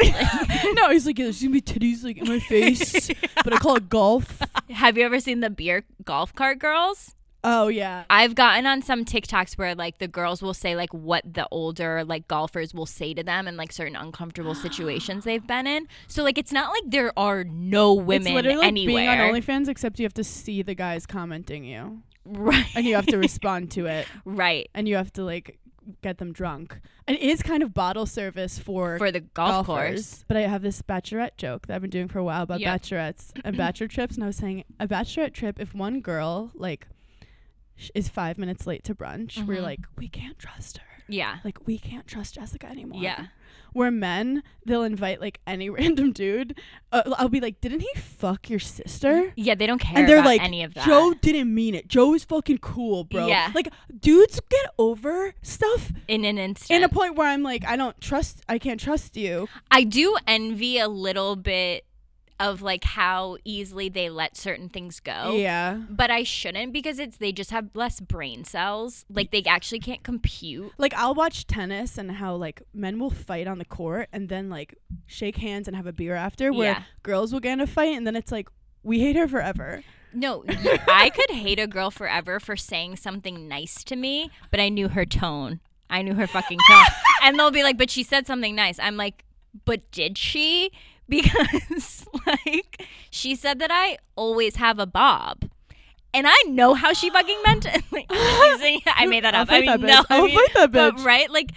no, he's like, there's gonna be titties like in my face, but I call it golf.
Have you ever seen the beer golf cart girls?
Oh yeah,
I've gotten on some TikToks where like the girls will say like what the older like golfers will say to them in like certain uncomfortable situations they've been in. So like it's not like there are no women
it's literally like
anywhere.
being on OnlyFans, except you have to see the guys commenting you,
right.
and you have to respond to it,
right.
and you have to like get them drunk. It is kind of bottle service for.
For the golf course.
But I have this bachelorette joke that I've been doing for a while about
Yeah.
bachelorettes and bachelor trips, and I was saying a bachelorette trip if one girl like sh- is five minutes late to brunch, we're
Mm-hmm.
like we can't trust her.
Yeah.
like we can't trust Jessica anymore.
Yeah.
Where men, they'll invite like any random dude. Uh, I'll be like, didn't he fuck your sister?
Yeah, they don't care
And they're
about
like,
any of that.
Joe didn't mean it. Joe is fucking cool, bro.
Yeah.
Like, dudes get over stuff
in an instant.
in a point where I'm like, I don't trust, I can't trust you.
I do envy a little bit of like how easily they let certain things go.
Yeah.
But I shouldn't because it's they just have less brain cells. Like they actually can't compute.
Like, I'll watch tennis and how like men will fight on the court and then like shake hands and have a beer after, where
Yeah.
girls will get in a fight and then it's like, we hate her forever.
No, you- I could hate a girl forever for saying something nice to me, but I knew her tone. I knew her fucking tone. and they'll be like, "But she said something nice." I'm like, "But did she?" Because like she said that I always have a bob. And I know how she fucking meant it. Like, I'm using- I made that
I'll
up. I
fight
mean,
that
no,
bitch. I will
mean,
fight that
but,
bitch.
right? Like,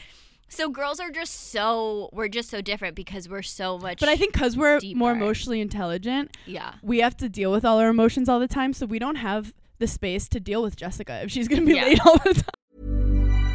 so girls are just so we're just so different because we're so much.
But I think because we're more
deeper.
emotionally intelligent,
yeah,
we have to deal with all our emotions all the time. So we don't have the space to deal with Jessica if she's going to be
Yeah.
late all the time.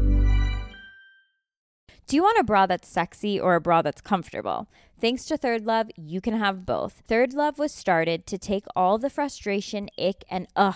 Do you want a bra that's sexy or a bra that's comfortable? Thanks to Third Love, you can have both. Third Love was started to take all the frustration, ick, and ugh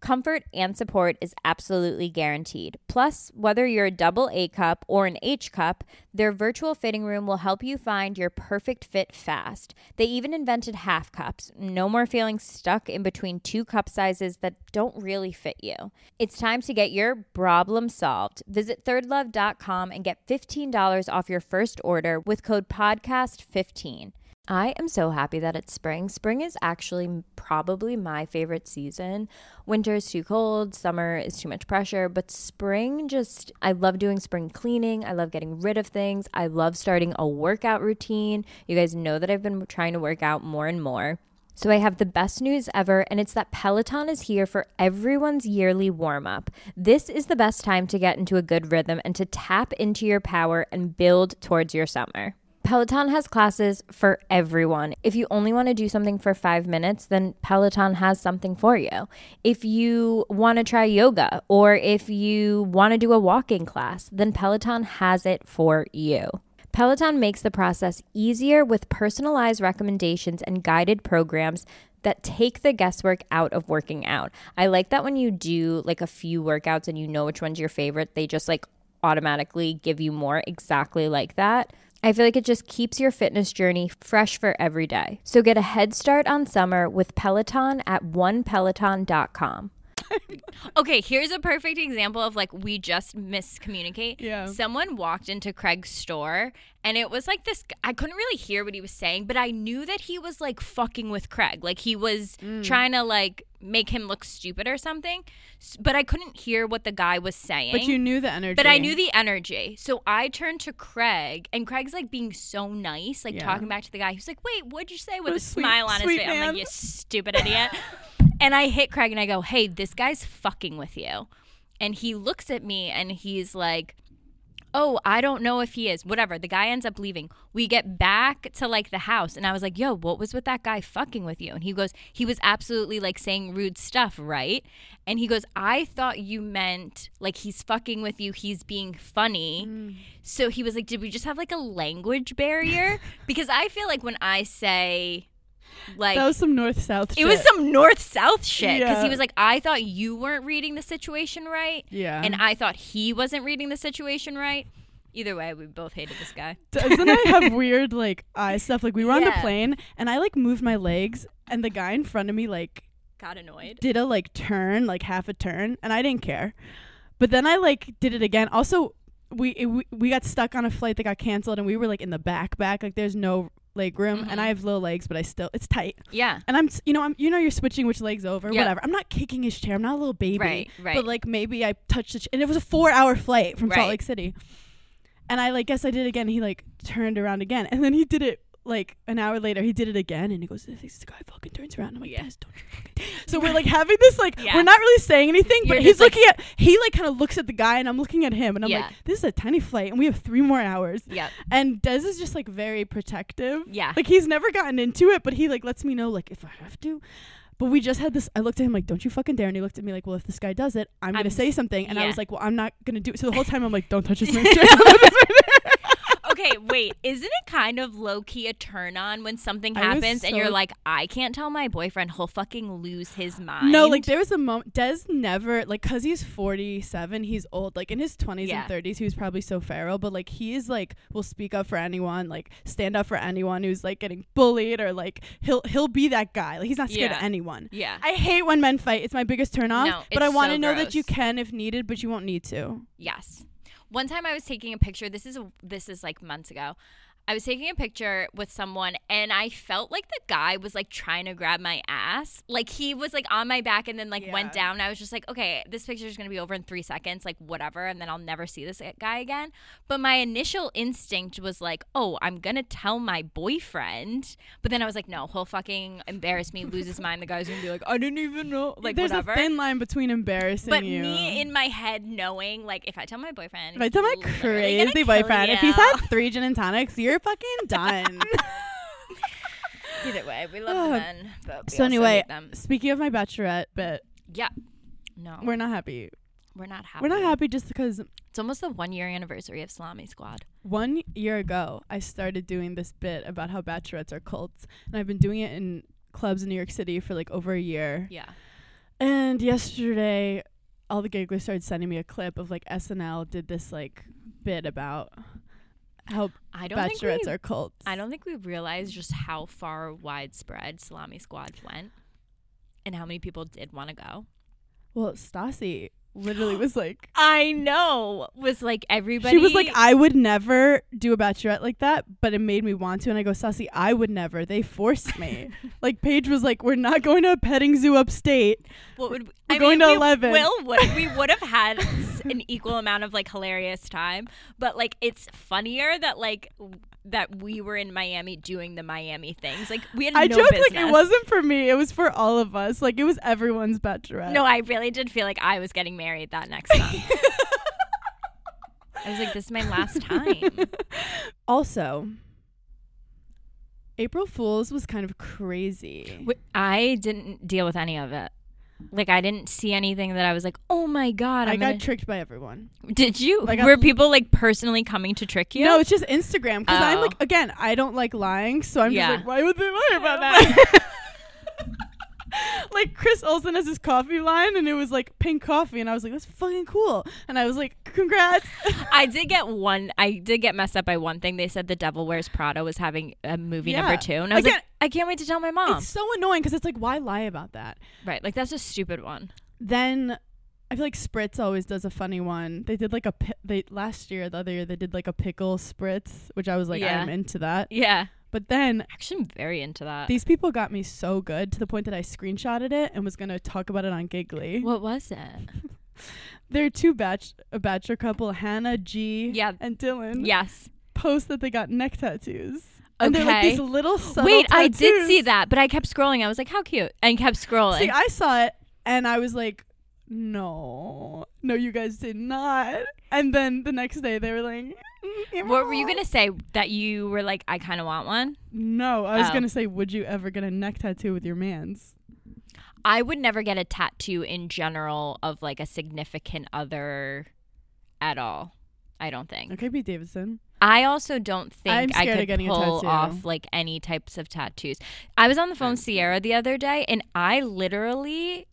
Comfort and support is absolutely guaranteed. Plus, whether you're a double A cup or an H cup, their virtual fitting room will help you find your perfect fit fast. They even invented half cups. No more feeling stuck in between two cup sizes that don't really fit you. It's time to get your problem solved. Visit thirdlove.com and get $15 off your first order with code PODCAST15. I am so happy that it's spring. Spring is actually m- probably my favorite season. Winter is too cold, summer is too much pressure, but spring just, I love doing spring cleaning. I love getting rid of things. I love starting a workout routine. You guys know that I've been trying to work out more and more. So I have the best news ever, and it's that Peloton is here for everyone's yearly warm up. This is the best time to get into a good rhythm and to tap into your power and build towards your summer. Peloton has classes for everyone. If you only want to do something for five minutes, then Peloton has something for you. If you want to try yoga or if you want to do a walking class, then Peloton has it for you. Peloton makes the process easier with personalized recommendations and guided programs that take the guesswork out of working out. I like that when you do like a few workouts and you know which one's your favorite, they just like automatically give you more exactly like that. I feel like it just keeps your fitness journey fresh for every day. So get a head start on summer with Peloton at onepeloton.com.
Okay, here's a perfect example of like we just miscommunicate.
Yeah.
Someone walked into Craig's store and it was like this I couldn't really hear what he was saying, but I knew that he was like fucking with Craig. Like he was
Mm.
trying to like make him look stupid or something. S- But I couldn't hear what the guy was saying.
But you knew the energy.
But I knew the energy. So I turned to Craig, and Craig's like being so nice, like
Yeah.
talking back to the guy. He's like, wait, what'd you say? With
What
a
a sweet-
smile on
sweet
his face. I'm
man.
like, you stupid idiot. and I hit Craig and I go, hey, this guy's fucking with you. And he looks at me and he's like, oh, I don't know if he is. Whatever. The guy ends up leaving. We get back to like the house, and I was like, yo, what was with that guy fucking with you? And he goes, he was absolutely like saying rude stuff, right? And he goes, I thought you meant like he's fucking with you, he's being funny. So he was like, did we just have like a language barrier? because I feel like when I say, like,
that was some north south.
it was some north south shit because
Yeah.
he was like, I thought you weren't reading the situation right.
Yeah.
And I thought he wasn't reading the situation right. Either way, we both hated this guy.
Doesn't I have weird like eye stuff? Like we were on the
Yeah.
plane and I like moved my legs and the guy in front of me like
Got annoyed.
did a like turn, like half a turn, and I didn't care. But then I like did it again. Also, we it, we, we got stuck on a flight that got canceled, and we were like in the back back, like there's no leg room, and
Mm-hmm.
I have low legs, but I still it's tight.
Yeah.
And I'm s- you know I'm you know you're switching which legs over,
Yep.
whatever. I'm not kicking his chair. I'm not a little baby.
Right, right.
But like maybe I touched the ch- and it was a four hour flight from Salt
Right.
Lake City. And I like guess I did it again. He like turned around again, and then he did it. Like an hour later, he did it again, and he goes, "This guy fucking turns around." I'm like,
Yeah.
"Yes, don't so we're like having this like
Yeah.
we're not really saying anything, but
You're
he's
just, like-
looking at he like kind of looks at the guy and I'm looking at him and I'm
Yeah.
like this is a tiny flight and we have three more hours.
Yep.
And Des is just like very protective.
Yeah.
Like he's never gotten into it, but he like lets me know like if I have to. But we just had this. I looked at him like, "Don't you fucking dare!" And he looked at me like, "Well, if this guy does it, I'm,
I'm
gonna
s-
say something." And I
yeah.
was like, "Well, I'm not gonna do it." So the whole time I'm like, "Don't touch his man."
okay, wait. Isn't it kind of low key a turn on when something
I was
happens and
so-
you're like, I can't tell my boyfriend, he'll fucking lose his mind.
No, like there was a moment. Des never like because he's forty seven. He's old. Like in his twenties
Yeah.
and thirties, he was probably so feral. But like he is like will speak up for anyone. Like stand up for anyone who's like getting bullied or like he'll he'll be that guy. Like he's not scared
Yeah.
of anyone.
yeah,
I hate when men fight. It's my biggest turnoff.
No,
but I
it's
want to
so
know that you
gross.
can if needed, but you won't need to.
yes. One time I was taking a picture. This is this is like months ago. I was taking a picture with someone and I felt like the guy was like trying to grab my ass. Like he was like on my back and then like went
Yeah.
down. I was just like, okay, this picture is going to be over in three seconds, like whatever. And then I'll never see this uh, guy again. But my initial instinct was like, oh, I'm going to tell my boyfriend. But then I was like, no, he'll fucking embarrass me, lose his mind. The guy's going to be like, I didn't even know. Like,
There's
whatever.
a thin line between embarrassing
But
you.
me in my head knowing, like, if I tell my boyfriend,
if I tell my
he's literally gonna
crazy
kill
boyfriend, if he's
you.
had three gin and tonics, you're fucking done.
either way, we love the
Ugh.
men, but we
so anyway,
them.
speaking of my bachelorette, but
yeah, no, we're,
we're not happy.
not happy.
We're not happy just because
It's almost the one year anniversary of Salami Squad.
one year ago I started doing this bit about how bachelorettes are cults, and I've been doing it in clubs in New York City for like over a year.
Yeah,
And yesterday, all the gigglers started sending me a clip of like SNL did this like bit about how
I don't think
bachelorettes
we,
are cults.
I don't think we realize just how far widespread Salami Squad went, and how many people did want to go.
Well, Stassi literally was like.
I know was like everybody.
She was like, I would never do a bachelorette like that, but it made me want to. And I go, Sassy, I would never. They forced me. like, Paige was like, We're not going to a petting zoo upstate.
What would we,
We're
I
going
mean,
to
we
11.
Will would we would have had s- an equal amount of like hilarious time, but like it's funnier that like w- that we were in Miami doing the Miami things. Like we had
I
no
joked
business.
like it wasn't for me. It was for all of us. Like it was everyone's bachelorette.
No, I really did feel like I was getting married that next month. I was like, this is my last time.
also, April Fools was kind of crazy.
Wh- I didn't deal with any of it. Like I didn't see anything that I was like, oh my god.
I
I'm
got
gonna-
tricked by everyone.
did you?
I got-
Were people like personally coming to trick you?
No, it's just Instagram because I'm
Oh.
like again, I don't like lying, so I'm
Yeah.
just like, why would they lie about that? like Chris Olsen has his coffee line, and it was like pink coffee, and I was like, that's fucking cool, and I was like, congrats.
I did get one. I did get messed up by one thing. They said The Devil Wears Prada was having a movie
Yeah.
number two, and I was like,
Again-
I can't wait to tell my mom.
it's so annoying because it's like, why lie about that?
Right, like that's a stupid one.
Then. I feel like Spritz always does a funny one. They did like a pi- they last year, the other year they did like a pickle Spritz, which I was like,
Yeah.
I'm into that.
Yeah,
But then
actually, I'm very into that.
these people got me so good to the point that I screenshotted it and was gonna talk about it on Giggly.
what was it?
There are two batch a bachelor couple, Hannah G
Yeah.
and Dylan.
Yes.
Post that they got neck tattoos. And they're like
Okay.
these little subtle
Wait, I did
tattoos.
see that, but I kept scrolling. I was like, how cute, and kept scrolling.
See, I saw it and I was like, No. No, you guys did not. And then the next day they were like "Mm,
what were you gonna say that you were like, I kind of want one?
No, I was
Oh.
gonna say, would you ever get a neck tattoo with your man's?
I would never get a tattoo in general of like a significant other at all. I don't think.
Okay, B. Davidson.
I also don't think
I'm
I
scared of
could
getting a
pull
tattoo.
off like any types of tattoos. I was on the phone with Sierra the other day, and I literally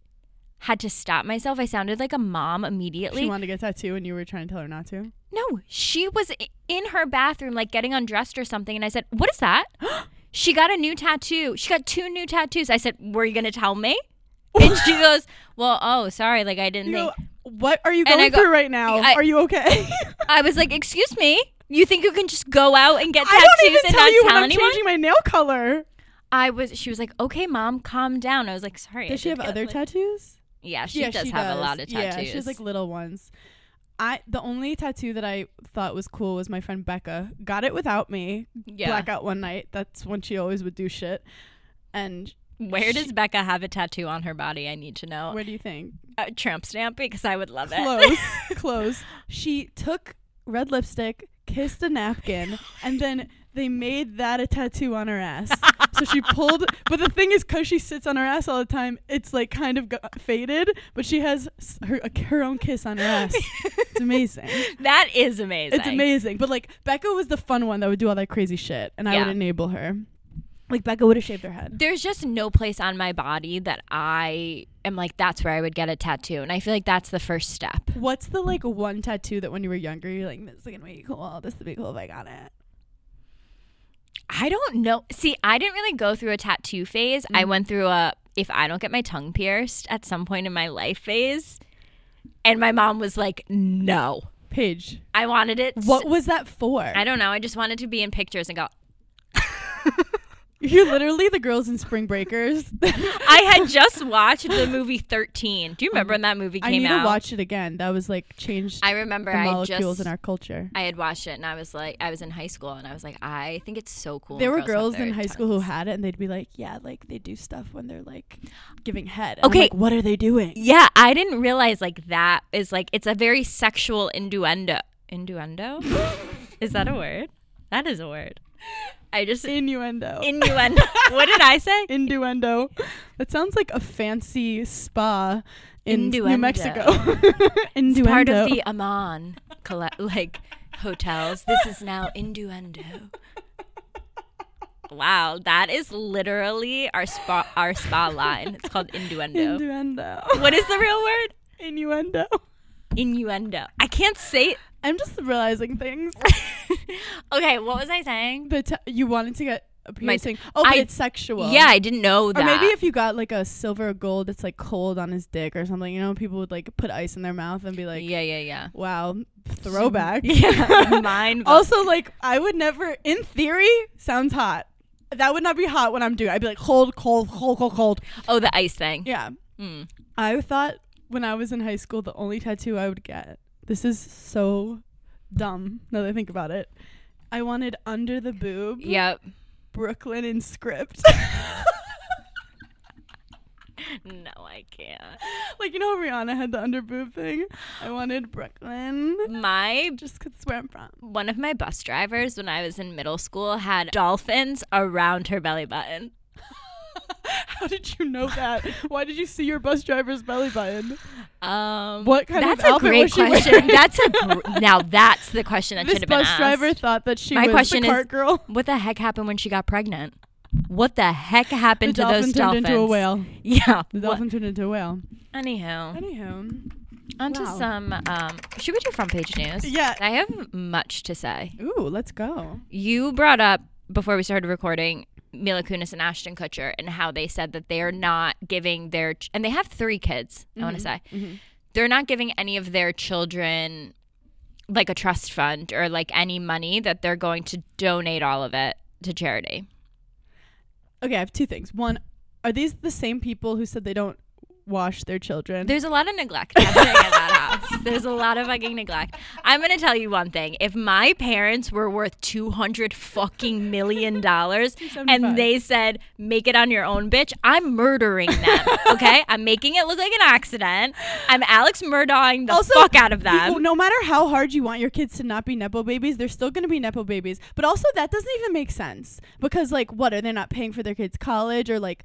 had to stop myself. I sounded like a mom immediately.
She wanted to get a tattoo and you were trying to tell her not to.
no, she was i- in her bathroom, like getting undressed or something, and I said, "What is that?" she got a new tattoo. She got two new tattoos. I said, "Were you gonna tell me?" And she goes, "Well, oh, sorry, like I didn't
You
think."
go, what are you
And I
going
go-
through right now?
I-
are you okay?
I was like, "Excuse me." You think you can just go out and get tattoos
I don't even
and
tell
not
you
tell
when I'm
anyone?
changing my nail color.
I was. She was like, "Okay, mom, calm down." I was like, "Sorry." I
Does she
did
have
get,
other
like-
tattoos?
Yeah, she does have a lot of tattoos.
Yeah, she has like little ones. I the only tattoo that I thought was cool was my friend Becca got it without me.
Yeah.
Blackout one night. That's when she always would do shit. And
Where does Becca have a tattoo on her body? I need to know.
where do you think?
A tramp stamp because I would love
Close,
it.
close. She took red lipstick, kissed a napkin, and then they made that a tattoo on her ass. so she pulled. But the thing is, because she sits on her ass all the time, it's like kind of got faded. But she has s- her a, her own kiss on her ass. it's amazing.
That is amazing.
It's amazing. But like Becca was the fun one that would do all that crazy shit, and I
Yeah.
would enable her. Like Becca would have shaved her head.
There's just no place on my body that I am like, that's where I would get a tattoo. And I feel like that's the first step.
What's the like one tattoo that when you were younger you're like this is gonna be cool. This would be cool if I got it.
I don't know. See, I didn't really go through a tattoo phase.
Mm.
I went through a if I don't get my tongue pierced at some point in my life phase. And my mom was like, no.
Paige,
I wanted it.
what was that for?
I don't know. I just wanted to be in pictures and go,
You're literally the girls in Spring Breakers.
I had just watched the movie 13. Do you remember when that movie
Oh I
came
need
out?
to watch it again. That was like changed
I remember
the
I
molecules
just
in our culture.
I had watched it and I was like I was in high school and I was like I think it's so cool.
there were
when
girls
have
in
their
high school who
tongues.
had it, and they'd be like, "Yeah, like they do stuff when they're like giving head."
Okay.
okay, what are they doing?
Yeah, I didn't realize like that is like it's a very sexual innuendo. Innuendo? is that a word? That is a word. I just
Innuendo.
innuendo. what did I say?
Innuendo. That sounds like a fancy spa in
Innuendo.
New Mexico.
It's
Innuendo.
part of the Amman colle- like hotels. This is now innuendo. Wow, that is literally our spa our spa line. It's called innuendo.
Innuendo.
what is the real word?
Innuendo.
Innuendo. I can't say.
I'm just realizing things.
okay, what was I saying?
But t- you wanted to get a
My-
piercing. oh, but
I-
it's sexual.
Yeah, I didn't know that.
Or maybe if you got like a silver or gold that's like cold on his dick or something, you know, people would like put ice in their mouth and be like,
yeah, yeah, yeah.
wow, throwback.
Yeah, mind. blown.
also, like, I would never, in theory, sounds hot. That would not be hot when I'm doing. I'd be like cold, cold, cold, cold, cold.
oh, the ice thing.
Yeah.
Mm.
I thought when I was in high school, the only tattoo I would get. This is so dumb. Now that I think about it, I wanted under the boob
Yep.
Brooklyn in script.
No, I can't.
like you know, how Rihanna had the under boob thing. I wanted Brooklyn
My
just 'cause it's where I'm from.
one of my bus drivers when I was in middle school had dolphins around her belly button.
How did you know that? Why did you see your bus driver's belly button?
Um,
What kind
that's
of
a
outfit
great
was she
question.
wearing?
That's a gr- now that's the question that should
this
have been
bus
asked.
driver thought that she
My
was
question
the
is-
cart girl.
what the heck happened when she got pregnant? What the heck happened to
the dolphin
those
turned
dolphins?
into a whale.
Yeah.
The
what-
dolphin turned into a whale.
Anywho,
Anywho,
onto
Wow.
some. Um, should we do front page news?
Yeah.
I have much to say.
ooh, let's go.
You brought up before we started recording Mila Kunis and Ashton Kutcher and how they said that they are not giving their ch- and they have three kids. I want to say they're not giving any of their children like a trust fund or like any money that they're going to donate all of it to charity.
Okay, I have two things. One, are these the same people who said they don't wash their children?
There's a lot of neglect happening at that house. There's a lot of fucking neglect. I'm gonna tell you one thing. If my parents were worth two hundred fucking million dollars and they said, make it on your own, bitch, I'm murdering them. Okay? I'm making it look like an accident. I'm Alex Murdawing the fuck out of them.
you- no matter how hard you want your kids to not be nepo babies, they're still going to be nepo babies. But also, that doesn't even make sense because, like, what are they not paying for their kids' college or like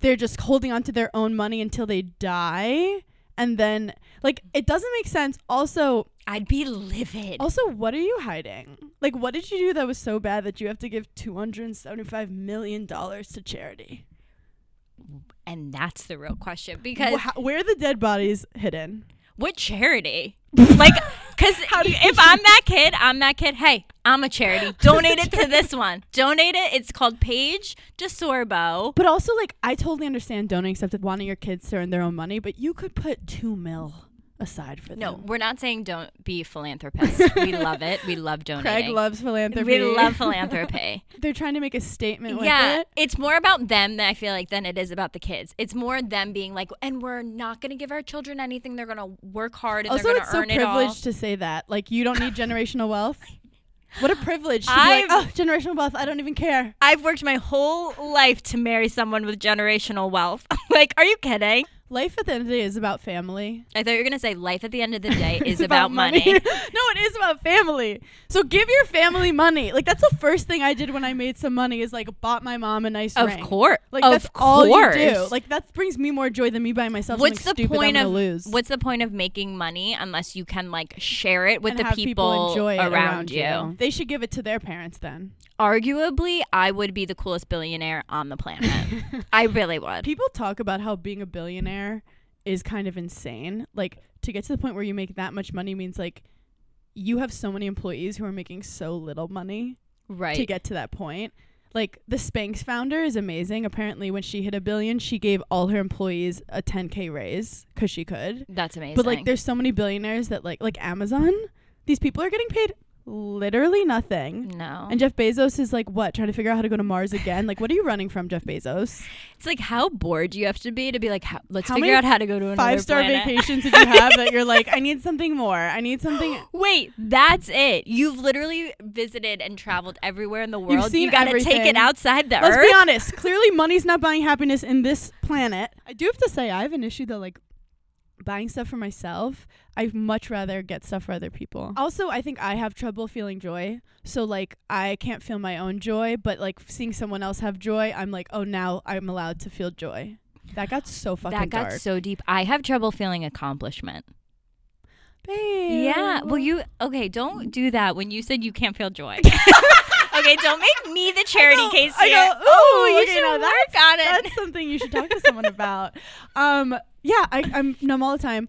they're just holding on to their own money until they die? And then, like, it doesn't make sense. Also,
I'd be livid.
also, what are you hiding? Like, what did you do that was so bad that you have to give two hundred and seventy-five million dollars to charity?
And that's the real question. Because
Wh- where are the dead bodies hidden?
what charity? like, because if I'm that kid, I'm that kid. Hey, I'm a charity. Donate it to this one. Donate it. It's called Paige DeSorbo.
But also, like, I totally understand donating stuff to wanting your kids to earn their own money, but you could put two mil aside for them.
No, we're not saying don't be philanthropist. we love it. We love donating.
Craig loves philanthropy.
eh? we love philanthropy.
They're trying to make a statement with
yeah,
it.
it's more about them than I feel like than it is about the kids. It's more them being like, and we're not going to give our children anything. They're going to work hard and
Also,
they're going
it's
to
so
earn it all.
privileged to say that. Like, you don't need generational wealth. What a privilege to be
I've-
like, oh, generational wealth, I don't even care.
I've worked my whole life to marry someone with generational wealth. like, are you kidding?
Life at the end of the day is about family.
I thought you were gonna say life at the end of the day is
It's
about, money.
no, it is about family. So give your family money. Like that's the first thing I did when I made some money is like bought my mom a nice
Of
ring.
course.
Like
Of
that's all you do.
course.
Like that brings me more joy than me buying myself
What's the
something stupid
point
I'm
of
gonna lose.
what's the point of making money unless you can like share it with
and
the
have enjoy it
around, you?
They should give it to their parents then.
Arguably, I would be the coolest billionaire on the planet. I really would.
People talk about how being a billionaire is kind of insane. Like to get to the point where you make that much money means like you have so many employees who are making so little money.
Right.
to get to that point. Like the Spanx founder is amazing. Apparently, when she hit a billion, she gave all her employees a 10k raise because she could.
That's amazing.
But like, there's so many billionaires that like like Amazon. These people are getting paid literally nothing.
no.
And Jeff Bezos is like, what? Trying to figure out how to go to Mars again? like, what are you running from, Jeff Bezos?
it's like how bored you have to be to be like, how, let's
How
figure
many
out how to go to another
Five star
planet.
vacations did you have that you're like, I need something more. I need something.
Wait, that's it. You've literally visited and traveled everywhere in the world.
seen
you got to take it
everything.
outside the
Let's
earth.
be honest. Clearly, money's not buying happiness in this planet. I do have to say, I have an issue though, like buying stuff for myself. I'd much rather get stuff for other people. Also, I think I have trouble feeling joy. So, like, I can't feel my own joy, but like seeing someone else have joy, I'm like, oh, now I'm allowed to feel joy. That got so fucking
that got
dark.
so deep. I have trouble feeling accomplishment.
Babe.
Yeah. Well, you okay? Don't do that. When you said you can't feel joy. okay, don't make me the charity
I go-
case
I
here.
go,
oh,
ooh,
you
okay,
should
now
work
that's-
on it.
That's something you should talk to someone about. Um, yeah, I, I'm numb all the time.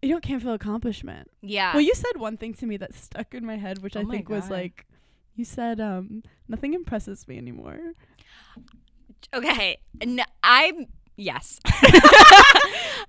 You don't can't feel accomplishment.
yeah.
Well, you said one thing to me that stuck in my head, which
Oh
I
my
think was
God.
like, you said, um, nothing impresses me anymore.
okay. No, I'm yes. no,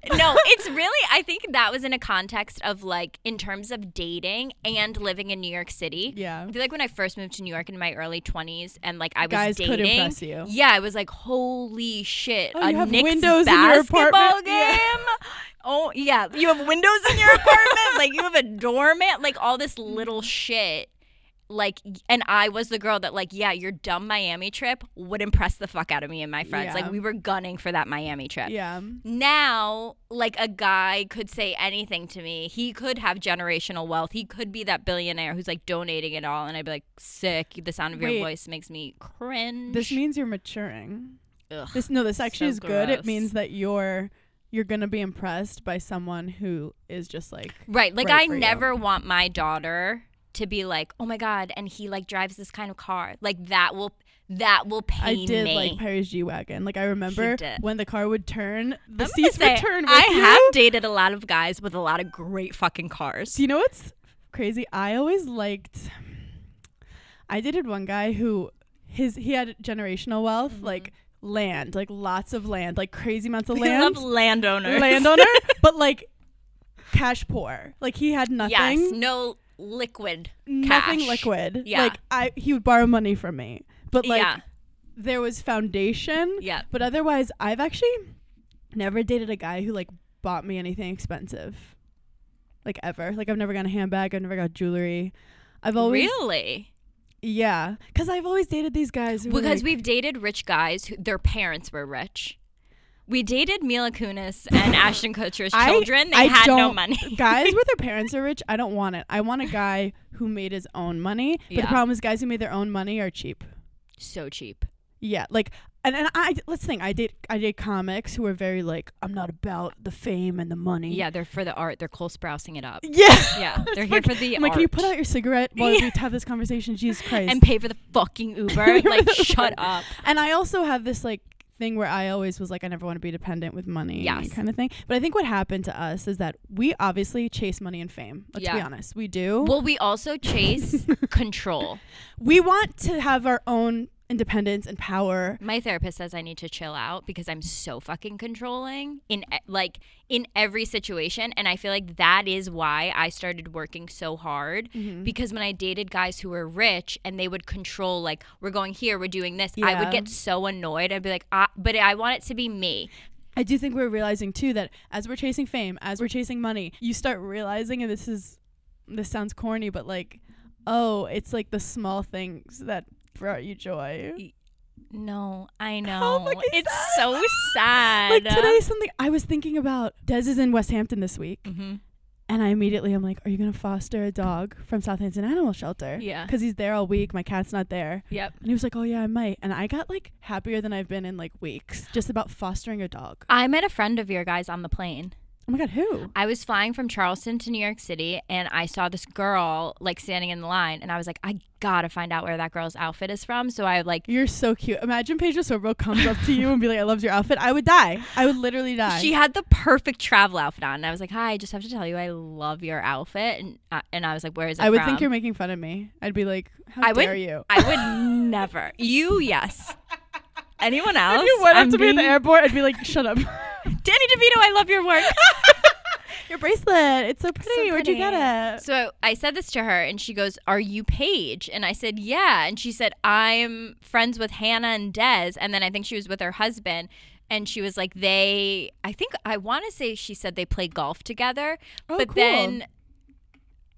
it's really. I think that was in a context of like in terms of dating and living in New York City.
Yeah.
I feel like when I first moved to New York in my early 20s and like I was
Guys could
dating.
impress you.
Yeah, I was like, holy shit.
Oh,
a
you have
Knicks
windows in your apartment?
basketball game?
Yeah.
Oh, yeah. You have windows in your apartment? like you have a doormat? Like all this little shit. Like and I was the girl that like yeah your dumb Miami trip would impress the fuck out of me and my friends
Yeah.
like we were gunning for that Miami trip
Yeah.
now like a guy could say anything to me he could have generational wealth he could be that billionaire who's like donating it all and i'd be like sick the sound of your
Wait.
voice makes me cringe
This means you're maturing.
Ugh.
This no, this
So
actually is good.
gross.
It means that you're you're gonna be impressed by someone who is just like
right like
right
i
for you.
never want my daughter to be like oh my god and he like drives this kind of car like that will that will
I
pain
did
me
like Perry's G wagon. Like I remember
did.
when the car would turn, the
I'm gonna
seats
say,
would turn. With
I
you.
have dated a lot of guys with a lot of great fucking cars.
Do you know what's crazy? I always liked. I dated one guy who his he had generational wealth, like land, like lots of land, like crazy amounts of
We
land,
love landowners.
landowner, but like cash poor. Like he had nothing,
Yes, no liquid
nothing
cash.
liquid.
Yeah.
like I he would borrow money from me, but like
yeah.
there was foundation.
Yeah.
but otherwise, I've actually never dated a guy who like bought me anything expensive, like ever. Like I've never got a handbag. I've never got jewelry. I've always
really?
Yeah, because I've always dated these guys. Who
Because
like,
we've dated rich guys who their parents were rich. We dated Mila Kunis and Ashton Kutcher's
I-
children. They
I
had no
don't-
money.
guys where their parents are rich. I don't want it. I want a guy who made his own money. But
Yeah.
the problem is, guys who made their own money are cheap.
so cheap.
Yeah, like and and I let's think. I date I date comics who are very like I'm not about the fame and the money.
Yeah, they're for the art. They're Cole sprousing it up.
Yeah.
Yeah, they're
It's
here
like-
for the
I'm like, can you
art.
put out your cigarette while we have this conversation? Jesus Christ.
And pay for the fucking Uber. like, shut up.
And I also have this like thing where I always was like, I never want to be dependent with money,
Yes.
kind of thing. But I think what happened to us is that we obviously chase money and fame. Let's be
Yeah.
honest, we do.
Well, we also chase control.
we want to have our own independence and power.
My therapist says I need to chill out because I'm so fucking controlling in e- like in every situation and I feel like that is why I started working so hard
Mm-hmm.
because when I dated guys who were rich and they would control like we're going here we're doing this I would
Yeah.
get so annoyed I'd be like I, but I want it to be me.
I do think we're realizing too that as we're chasing fame, as we're chasing money, you start realizing, and this is, this sounds corny, but like, oh, it's like the small things that brought you joy.
No, I
How
know.
fucking
It's
sad.
so sad.
Like today, something I was thinking about. Des is in West Hampton this week,
Mhm.
and I immediately I'm like, "Are you gonna foster a dog from Southampton Animal Shelter?"
Yeah.
because he's there all week. My cat's not there,
Yep.
and he was like, "Oh yeah, I might." And I got like happier than I've been in like weeks just about fostering a dog.
I met a friend of your guys on the plane.
Oh my god, who?
I was flying from Charleston to New York City and I saw this girl like standing in the line and I was like, I gotta find out where that girl's outfit is from. So I like
You're so cute. Imagine Paige Sorbo comes up to you and be like, "I loved your outfit." I would die. I would literally die.
She had the perfect travel outfit on, and I was like, "Hi, I just have to tell you, I love your outfit." And uh, and I was like, "Where is it?"
I would
from?
think you're making fun of me. I'd be like, "How
I would,
dare you?"
I would never. You, yes. Anyone else?
If you went up
I'm
to me at the
being-
airport, I'd be like, "Shut up."
Danny DeVito, I love your work.
Your bracelet. It's so pretty. Where'd you get
pretty.
it?
So I said this to her, and she goes, "Are you Paige?" And I said, "Yeah." And she said, "I'm friends with Hannah and Dez." And then I think she was with her husband, and she was like, "They." I think I want to say she said they play golf together,
Oh,
but
cool.
then.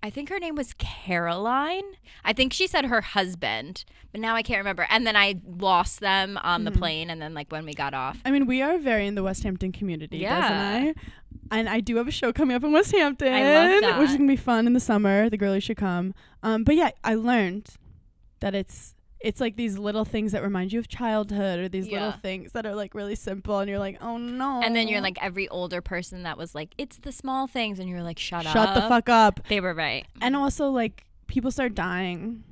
I think her name was Caroline. I think she said her husband, but now I can't remember. And then I lost them on
Hmm.
the plane, and then like when we got off,
I mean, we are very in the West Hampton community,
Yeah.
doesn't I? And I do have a show coming up in West Hampton,
I love
which is
that.
gonna be fun in the summer. The girlies should come. Um, but yeah, I learned that it's it's like these little things that remind you of childhood, or these
Yeah.
little things that are like really simple, and you're like, oh no.
and then you're like every older person that was like, "It's the small things," and you're like, "Shut,
shut
up,
the fuck up.
They were right.
And also like people start dying.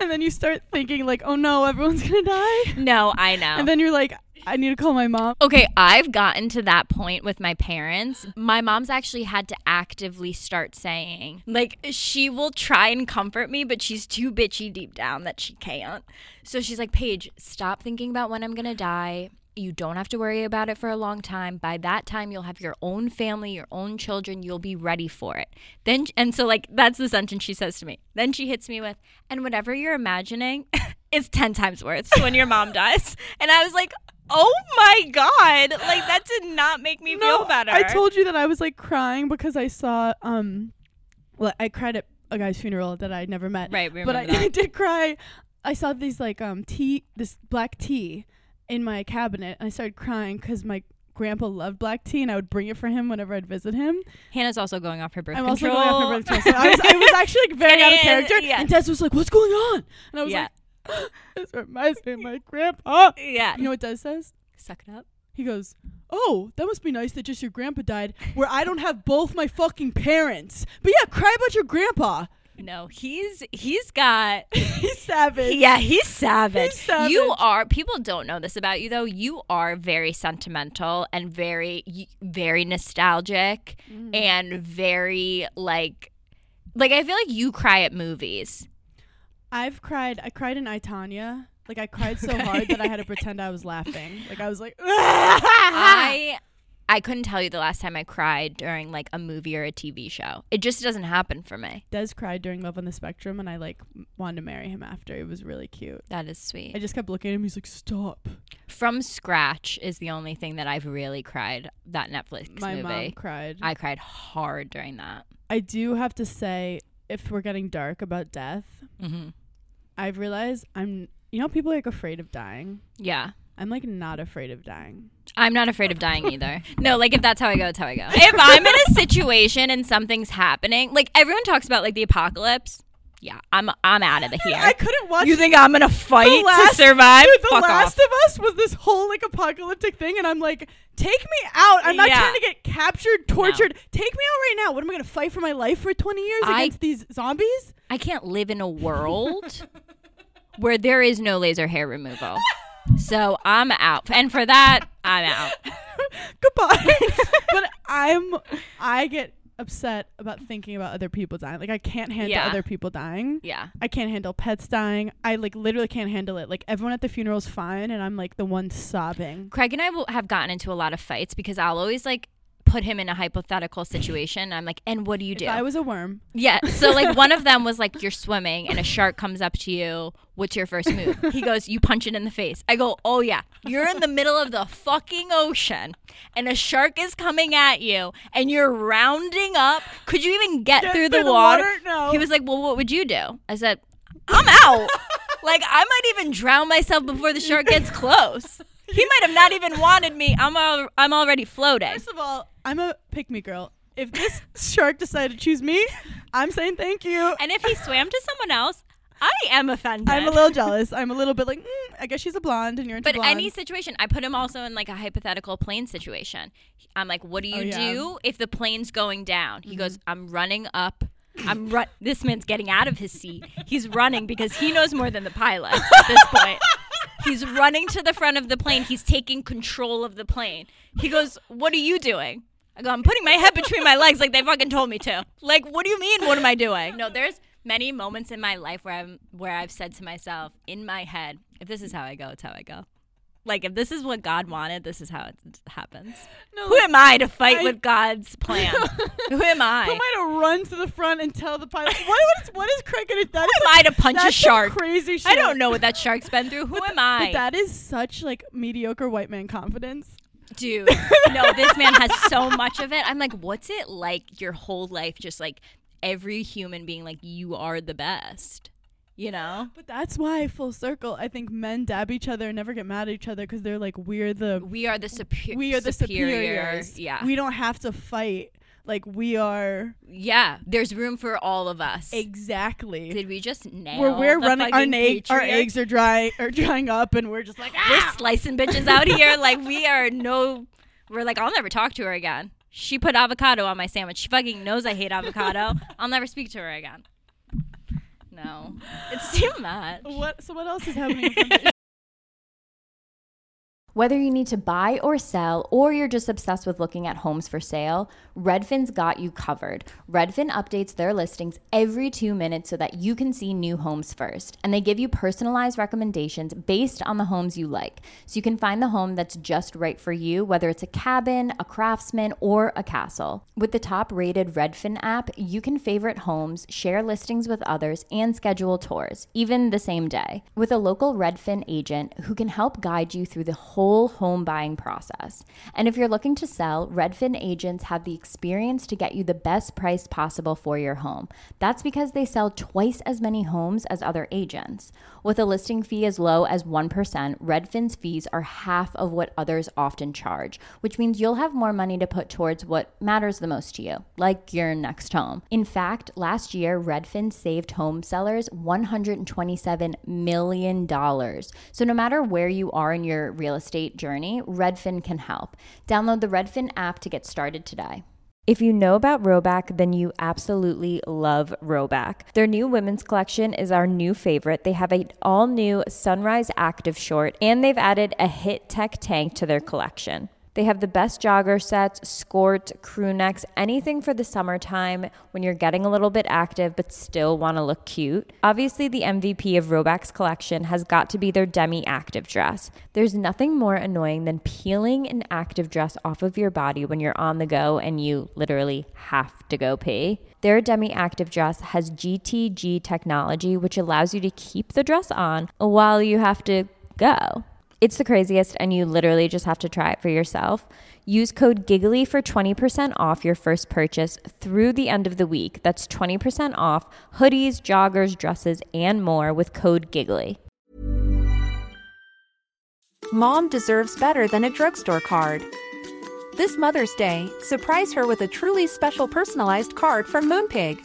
and then you start thinking like, oh no, everyone's gonna die.
No, I know.
And then you're like, I need to call my mom.
okay, I've gotten to that point with my parents. My mom's actually had to actively start saying, like, she will try and comfort me, but she's too bitchy deep down that she can't. So she's like, Paige, stop thinking about when I'm going to die. You don't have to worry about it for a long time. By that time, you'll have your own family, your own children. You'll be ready for it. Then, and so, like, that's the sentence she says to me. Then she hits me with, and whatever you're imagining is 10 times worse when your mom dies. And I was like, oh my God. Like, that did not make me feel better.
I told you that I was like crying because I saw um well I cried at a guy's funeral that I never met.
Right, we
But I,
remember that.
I did cry. I saw these like um tea this black tea in my cabinet and I started crying cuz my grandpa loved black tea and I would bring it for him whenever I'd visit him.
Hannah's also going off her birth
I'm
control.
also going off my birth control. So I was I was actually like very out of
And-
character
yeah.
and Des was like what's going on? And I was
Yeah.
like this reminds me of my grandpa.
yeah.
You know what Des says?
Suck it up.
He goes, Oh, that must be nice that just your grandpa died where I don't have both my fucking parents. But yeah, cry about your grandpa.
No, he's he's got
He's savage.
Yeah, he's savage.
He's savage.
You are people don't know this about you though. You are very sentimental and very y- very nostalgic
Mm.
and very like like I feel like you cry at movies.
I've cried. I cried in I, Tanya. Like, I cried so hard that I had to pretend I was laughing. Like, I was like,
I I couldn't tell you the last time I cried during like a movie or a TV show. It just doesn't happen for me.
Des cried during Love on the Spectrum, and I, like, wanted to marry him after. It was really cute.
That is
I
sweet.
just kept looking at him. He's like, Stop.
From scratch is the only thing that I've really cried that Netflix
My
movie.
mom cried.
I cried hard during that.
I do have to say, if we're getting dark about death,
hmm
I've realized I'm, you know, people are like afraid of dying.
Yeah.
I'm like not afraid of dying.
I'm not afraid of dying either. No, like if that's how I go, that's how I go. If I'm in a situation and something's happening, like everyone talks about like the apocalypse. Yeah, I'm I'm out of the
I
here.
couldn't watch.
You think I'm gonna fight to survive?
dude, the
Fuck
Last
off.
of Us was this whole like apocalyptic thing, and I'm like, take me out. I'm not
Yeah.
trying to get captured, tortured. Take me out right now. What am I gonna fight for my life for 20 years
I-
against these zombies?
I can't live in a world where there is no laser hair removal. So I'm out, and for that I'm out.
Goodbye. but I'm, I get upset about thinking about other people dying. Like I can't handle
Yeah.
other people dying.
Yeah,
I can't handle pets dying. I like literally can't handle it. Like everyone at the funeral's fine, and I'm like the one sobbing.
Craig and I will have gotten into a lot of fights because I'll always like put him in a hypothetical situation. I'm like, and what do you do?
If I was a worm,
Yeah. So like one of them was like you're swimming and a shark comes up to you. What's your first move? He goes, "You punch it in the face." I go, "Oh yeah. You're in the middle of the fucking ocean and a shark is coming at you and you're rounding up. Could you even get,
Get
through, the,
through the
water?
water? No.
He was like, "Well, what would you do?" I said, "I'm out."
Like I might even drown myself before the shore gets close. He might have not even wanted me. I'm al- I'm already floating.
First of all, I'm a pick me girl. If this shark decided to choose me, I'm saying thank you.
And if he swam to someone else, I am offended.
I'm a little jealous. I'm a little bit like, mm, I guess she's a blonde and you're into
But
blondes.
any situation, I put him also in like a hypothetical plane situation. I'm like, what do you
Oh, yeah.
do if the plane's going down? He goes, I'm running up. I'm run. this man's getting out of his seat. He's running because he knows more than the pilot at this point. He's running to the front of the plane. He's taking control of the plane. He goes, "What are you doing?" I go, "I'm putting my head between my legs, like they fucking told me to." Like, what do you mean? What am I doing? No, there's many moments in my life where I'm where I've said to myself in my head, "If this is how I go, it's how I go." Like, if this is what God wanted, this is how it happens. Who am I to fight
I-
with God's plan? Who am I?
Who am I to run to the front and tell the pilot what, what is what is Craig gonna That is
am I to punch a
that's some
shark?
Crazy shit.
I don't know what that shark's been through. Who am I?
But that is such like mediocre white man confidence.
dude no this man has so much of it i'm like what's it like your whole life just like every human being like you are the best you know
But that's why full circle. I think men dab each other and never get mad at each other because they're like we're the
we are the superior
we are the superiors.
yeah
we don't have to fight. Like we are
yeah there's room for all of us
exactly.
did we just nail
where we're
the
running our,
fucking
egg, our
patriarchy?
eggs are dry are drying up and we're just like
we're
ah!
slicing bitches out here like we are no we're like i'll never talk to her again she put avocado on my sandwich she fucking knows i hate avocado i'll never speak to her again no it's too much
what so what else is happening from the
Whether you need to buy or sell, or you're just obsessed with looking at homes for sale, Redfin's got you covered. Redfin updates their listings every two minutes so that you can see new homes first. And they give you personalized recommendations based on the homes you like. So you can find the home that's just right for you, whether it's a cabin, a craftsman, or a castle. With the top rated Redfin app, you can favorite homes, share listings with others, and schedule tours, even the same day, with a local Redfin agent who can help guide you through the whole home buying process. And if you're looking to sell, Redfin agents have the experience to get you the best price possible for your home. That's because they sell twice as many homes as other agents. With a listing fee as low as 1%, Redfin's fees are half of what others often charge, which means you'll have more money to put towards what matters the most to you, like your next home. In fact, last year, Redfin saved home sellers $127 million. So no matter where you are in your real estate journey, Redfin can help. Download the Redfin app to get started today. If you know about Roback, then you absolutely love Roback. Their new women's collection is our new favorite. They have an all new Sunrise Active short, and they've added a Hit Tech tank to their collection. They have the best jogger sets, skirts, crew necks, anything for the summertime when you're getting a little bit active but still want to look cute. Obviously, the MVP of Roback's collection has got to be their demi active dress. There's nothing more annoying than peeling an active dress off of your body when you're on the go and you literally have to go pee. Their demi active dress has GTG technology, which allows you to keep the dress on while you have to go. It's the craziest, and you literally just have to try it for yourself. Use code GIGGLY for 20% off your first purchase through the end of the week. That's 20% off hoodies, joggers, dresses, and more with code GIGGLY.
Mom deserves better than a drugstore card. This Mother's Day, surprise her with a truly special personalized card from Moonpig.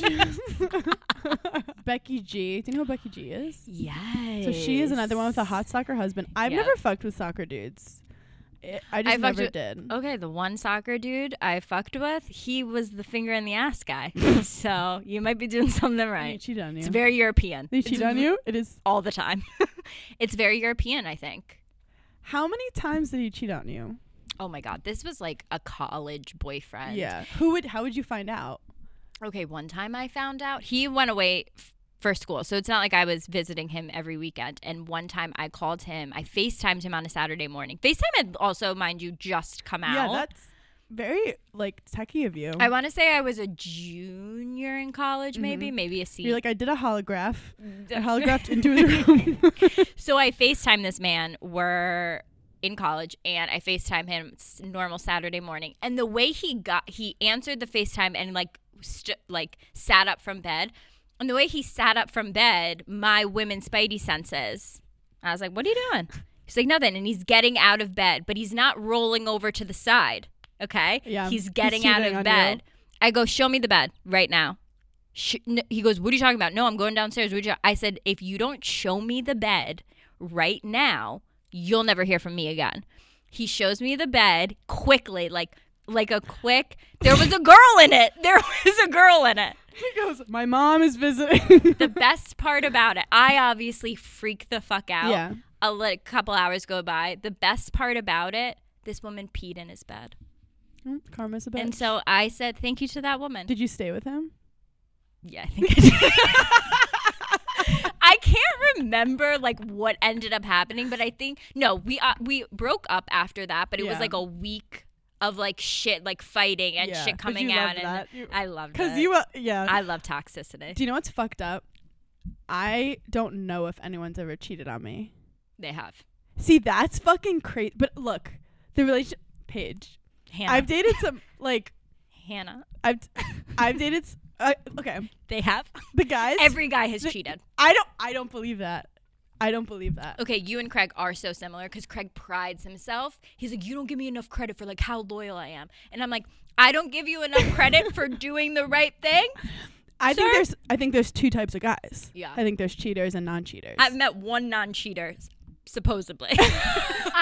Becky G. Do you know who Becky G is?
Yes.
So she is another one with a hot soccer husband. I've
Yep.
never fucked with soccer dudes. I- I just
fucked
never
with- oh,
did.
Okay, the one soccer dude I fucked with, he was the finger in the ass guy. so you might be doing something
They
right.
cheat on you.
It's very European.
they
It's
cheat on
v-
you. It is.
all the time. it's very European, I think.
How many times did he cheat on you?
Oh my god, this was like a college boyfriend.
Yeah. Who would? How would you find out?
Okay, one time I found out he went away f-
for school. So it's not like I was visiting him every weekend. And one time I called him, I FaceTimed him on a Saturday morning. FaceTime had also, mind you, just come out.
Yeah, that's very like techie of you.
I want to say I was a junior in college, maybe, maybe a senior.
Mm-hmm. You're like, I did a holograph. I holographed into his room.
So I FaceTime this man. We're in college, and I FaceTime him s- normal Saturday morning. And the way he got, he answered the FaceTime and like, st- like sat up from bed. And the way he sat up from bed, my women Spidey senses. I was like, "What are you doing?" He's like, "Nothing." And he's getting out of bed, but he's not rolling over to the side. Okay,
Yeah,
he's
he's
getting out
cheating
of
on
bed. I go, "Show me the bed right now." sh- n- he goes, "What are you talking about?" No, I'm going downstairs. What are you ta-" I said, "If you don't show me the bed right now, you'll never hear from me again." He shows me the bed quickly, like like a quick. There was a girl in it. There was a girl in it.
he goes, My mom is visiting.
The best part about it, I obviously freak the fuck out.
Yeah.
I'll let a couple hours go by. The best part about it, this woman peed in his bed.
Mm, Karma's a bitch.
And so I said thank you to that woman.
did you stay with him?
Yeah, I think I did. I can't remember like what ended up happening, but I think no, we uh, we broke up after that, but it was
Yeah.
like a week of like shit, like fighting and
Yeah.
shit
But you
coming out,
loved
and
that. You-
I loved
Because
it.
you, uh, yeah.
I love toxicity.
Do you know what's fucked up? I don't know if anyone's ever cheated on me.
they have.
See, that's fucking crazy. But look, the relationship page.
Hannah,
I've dated some like
Hannah,
I've I've dated s- uh, okay
they have.
the guys.
Every guy has
the-
cheated.
I don't I don't believe that. I don't believe that.
Okay, you and Craig are so similar because Craig prides himself. He's like, you don't give me enough credit for like how loyal I am, and I'm like, I don't give you enough credit for doing the right thing.
I
sir?
think there's I think there's two types of guys.
Yeah.
I think there's cheaters and non-cheaters.
I've met one non-cheater, s- supposedly.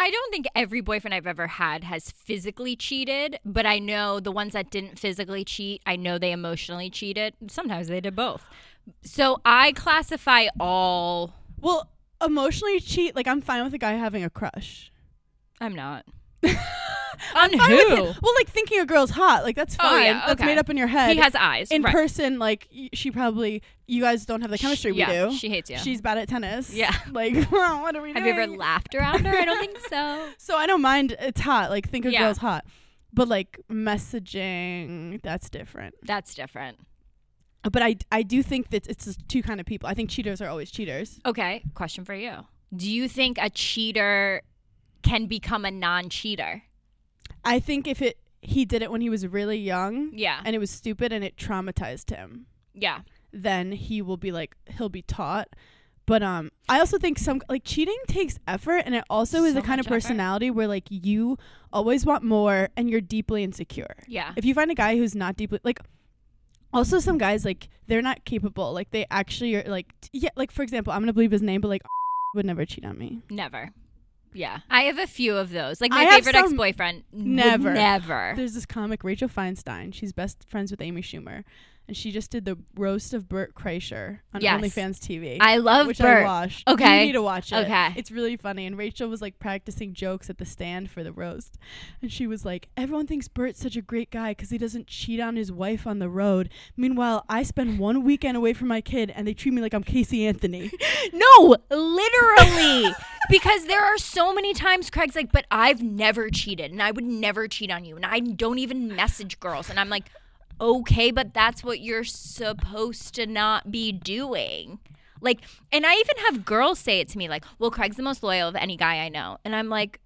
I don't think every boyfriend I've ever had has physically cheated, but I know the ones that didn't physically cheat, I know they emotionally cheated. Sometimes they did both. So I classify all.
well, emotionally cheat like I'm fine with a guy having a crush.
I'm not. On
Fine with
who?
it. Well, like thinking a girl's hot, like that's
Oh,
fine.
yeah,
That's
okay.
made up in your head.
He has eyes.
in
right.
person, like y- she probably you guys don't have the chemistry we
yeah,
do.
she hates you.
She's bad at tennis.
Yeah.
Like, what are we
Have you
doing?
ever laughed around her? I don't think so.
so I don't mind. It's hot. Like, think a
Yeah.
girl's hot, but like messaging, that's different.
That's different.
But I, I do think that it's just two kind of people. I think cheaters are always cheaters.
Okay, question for you. Do you think a cheater can become a non-cheater?
I think if it he did it when he was really young,
Yeah.
and it was stupid and it traumatized him,
Yeah.
then he will be like he'll be taught. But um, I also think some like cheating takes effort, and it also is
So
a kind
much
of
effort.
personality where like you always want more, and you're deeply insecure.
Yeah.
if you find a guy who's not deeply like also some guys like they're not capable like they actually are like t- yeah like for example i'm gonna believe his name but like would never cheat on me
Never. Yeah. I have a few of those. Like my
I have
favorite
some-
ex boyfriend.
Never.
Never.
there's this comic rachel feinstein she's best friends with amy schumer and she just did the roast of bert kreischer on
Yes.
onlyfans tv
I love
which
Bert.
I watched.
Okay.
you need to watch it.
Okay.
it's really funny. And Rachel was like practicing jokes at the stand for the roast, and she was like, "Everyone thinks Bert's such a great guy because he doesn't cheat on his wife on the road. Meanwhile, I spend one weekend away from my kid, and they treat me like I'm Casey Anthony.
No, literally. because there are so many times Craig's like, but I've never cheated and I would never cheat on you. And I don't even message girls. And I'm like, okay, but that's what you're supposed to not be doing. Like, and I even have girls say it to me, like, well, Craig's the most loyal of any guy I know. And I'm like,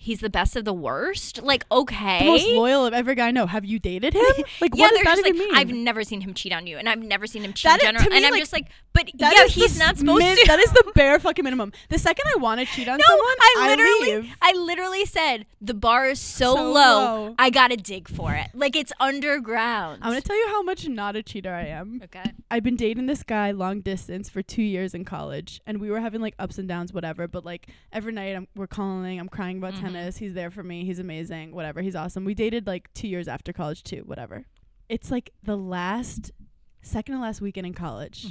he's the best of the worst? Like, okay.
The most loyal of every guy I know. Have you dated him? Like, what does
Eh? they're
that
just
even
like,
mean?
I've never seen him cheat on you, and I've never seen him cheat
That
in
is- to
general.
me,
and I'm
like,
just like, but
That
yeah,
is the
he's not supposed
min-
to.
That is the bare fucking minimum. The second I want to cheat on
no,
someone,
I literally,
leave.
I, literally said the bar is so,
So
low,
low.
I gotta dig for it. Like it's underground.
I'm gonna tell you how much not a cheater I am.
okay.
I've been dating this guy long distance for two years in college, and we were having like ups and downs, whatever. But like every night, I'm, we're calling, I'm crying
Mm-hmm.
about tennis. He's there for me. He's amazing, whatever. He's awesome. We dated like two years after college,
Mm-hmm.
too, whatever. It's like the last, second to last weekend in college.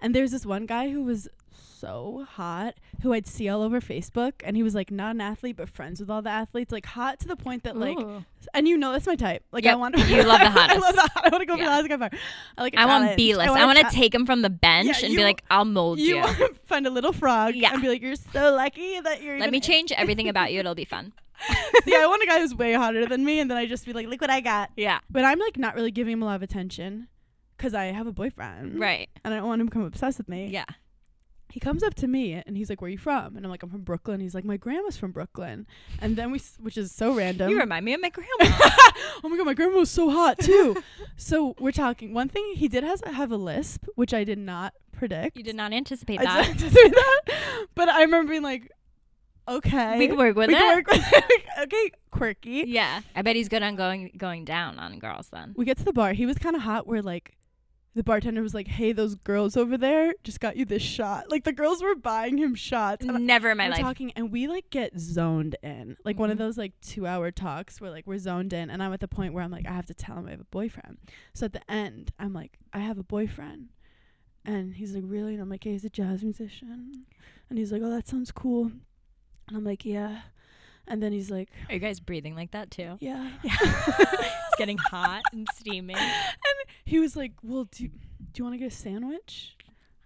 And there's this one guy who was so hot who I'd see all over Facebook and he was like not an athlete but friends with all the athletes, like hot to the point that like
Ooh.
and you know that's my type. Like I
Yep,
want
you love the
I
hottest.
love the hot. I want to go
Yeah.
for the hottest guy far. I like a
I want
challenge.
B list. I
a
want to
cha-
take him from the bench
Yeah,
and
you-
be like, I'll mold
you
you.
want to find a little frog
Yeah.
and be like, You're so lucky that you're
Let
even
me change everything about you. It'll be fun.
yeah, I want a guy who's way hotter than me, and then I just be like, look what I got.
Yeah.
But I'm like not really giving him a lot of attention because I have a boyfriend.
Right.
And I don't want him to become obsessed with me.
Yeah.
He comes up to me and he's like, where are you from? And I'm like, I'm from Brooklyn. He's like, my grandma's from Brooklyn. And then we, s- which is so random.
You remind me of my grandma.
oh my God, my grandma was so hot too. so we're talking. One thing he did has have a lisp, which I did not predict.
you did not anticipate
I
that.
did not do that. But I remember being like, okay.
We can work with
we can
it.
work with it. okay, quirky.
Yeah. I bet he's good on going going down on girls then.
We get to the bar. He was kind of hot. Where like, the bartender was like, "Hey, those girls over there just got you this shot." Like the girls were buying him shots. And
Never in my
we're
life.
talking, and we like get zoned in, like one of
Mhm.
those like two-hour talks where like we're zoned in. And I'm at the point where I'm like, I have to tell him I have a boyfriend. So at the end, I'm like, I have a boyfriend. And he's like, really? And I'm like, yeah, he's a jazz musician. And he's like, oh, that sounds cool. And I'm like, yeah. And then he's like,
Are you guys breathing like that too?
yeah.
it's getting hot and steaming.
he was like, "Well, do do you want to get a sandwich?"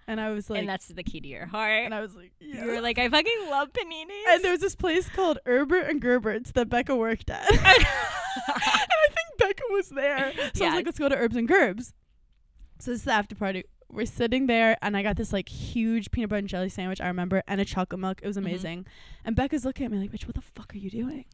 And I was like,
and
and,
that's the key to your heart.
I was like, yeah.
You were like, I fucking love paninis.
and there was this place called Herbert and Gerberts that Becca worked at, and I think Becca was there. So I
Yeah.
was like, "Let's go to Herbs and Gerbs." So this is the after party. We're sitting there, and I got this like huge peanut butter and jelly sandwich. I remember, and a chocolate milk. It was amazing. And Becca's looking at me like, "Bitch, what the fuck are you doing?"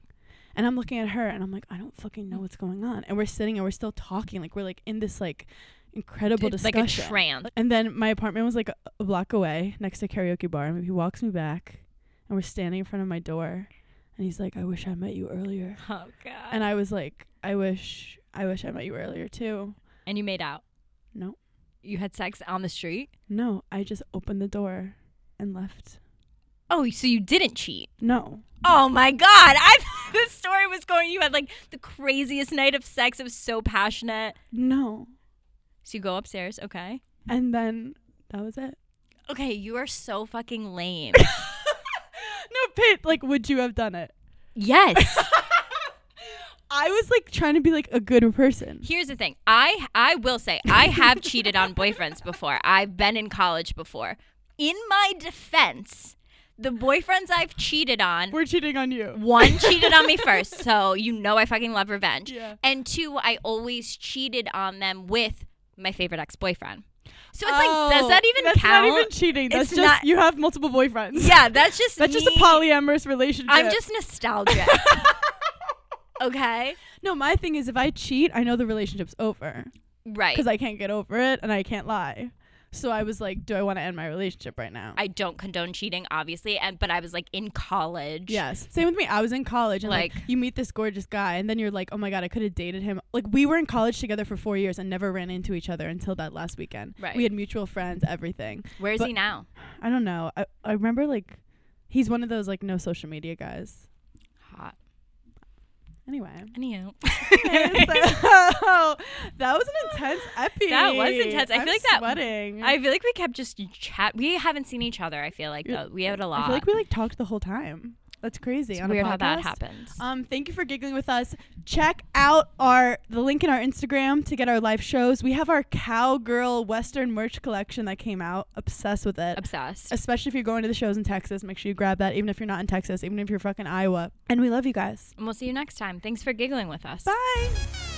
And I'm looking at her, and I'm like, "I don't fucking know what's going on." And we're sitting, and we're still talking, like we're like in this like incredible
It's like a
discussion,
trance.
And then my apartment was like a- a block away, next to a karaoke bar, and he walks me back, and we're standing in front of my door, and he's like, "I wish I met you earlier."
Oh god.
And I was like, "I wish, I wish I met you earlier too."
And you made out.
No.
You had sex on the street?
No, I just opened the door and left.
Oh, so you didn't cheat.
No.
Oh my god. I this story was going you had like the craziest night of sex. It was so passionate.
No.
So you go upstairs, okay?
And then that was it.
Okay, you are so fucking lame.
No, Pit, like, would you have done it?
yes.
I was like trying to be like a good person.
Here's the thing. I I will say I have cheated on boyfriends before. I've been in college before. In my defense, the boyfriends I've cheated on
We're cheating on you.
one cheated on me first, so you know I fucking love revenge.
Yeah.
And two, I always cheated on them with my favorite ex-boyfriend. So it's
Oh,
like, does that even
that's
count?
not even cheating. That's
It's
just
not-
you have multiple boyfriends.
yeah, that's just
That's just
me.
a polyamorous relationship.
I'm just nostalgic. okay,
No, my thing is if I cheat, I know the relationship's over
right?
because I can't get over it and I can't lie. So I was like, do I want to end my relationship right now?
I don't condone cheating, obviously, and but I was like in college.
Yes. Same with me. I was in college and like,
Like-
you meet this gorgeous guy and then you're like, "Oh my god, I could have dated him." Like we were in college together for 4 years and never ran into each other until that last weekend.
Right.
We had mutual friends, everything.
Where is
But-
he now?
I don't know. I, I remember like he's one of those like no social media guys.
Hot.
Anyway.
Anywho.
Okay, so that was an intense epi.
That was intense. I
I'm
feel like that-
sweating.
I feel like we kept just chat. We haven't seen each other. I feel like though. we had a lot.
I feel like we like talked the whole time. That's crazy.
It's
on a
weird how that
podcast.
happens.
Um, thank you for giggling with us. Check out our the link in our Instagram to get our live shows. We have our cowgirl western merch collection that came out. Obsessed with it.
Obsessed.
Especially if you're going to the shows in Texas, make sure you grab that. Even if you're not in Texas, even if you're fucking Iowa. And we love you guys.
and we'll see you next time. Thanks for giggling with us.
Bye.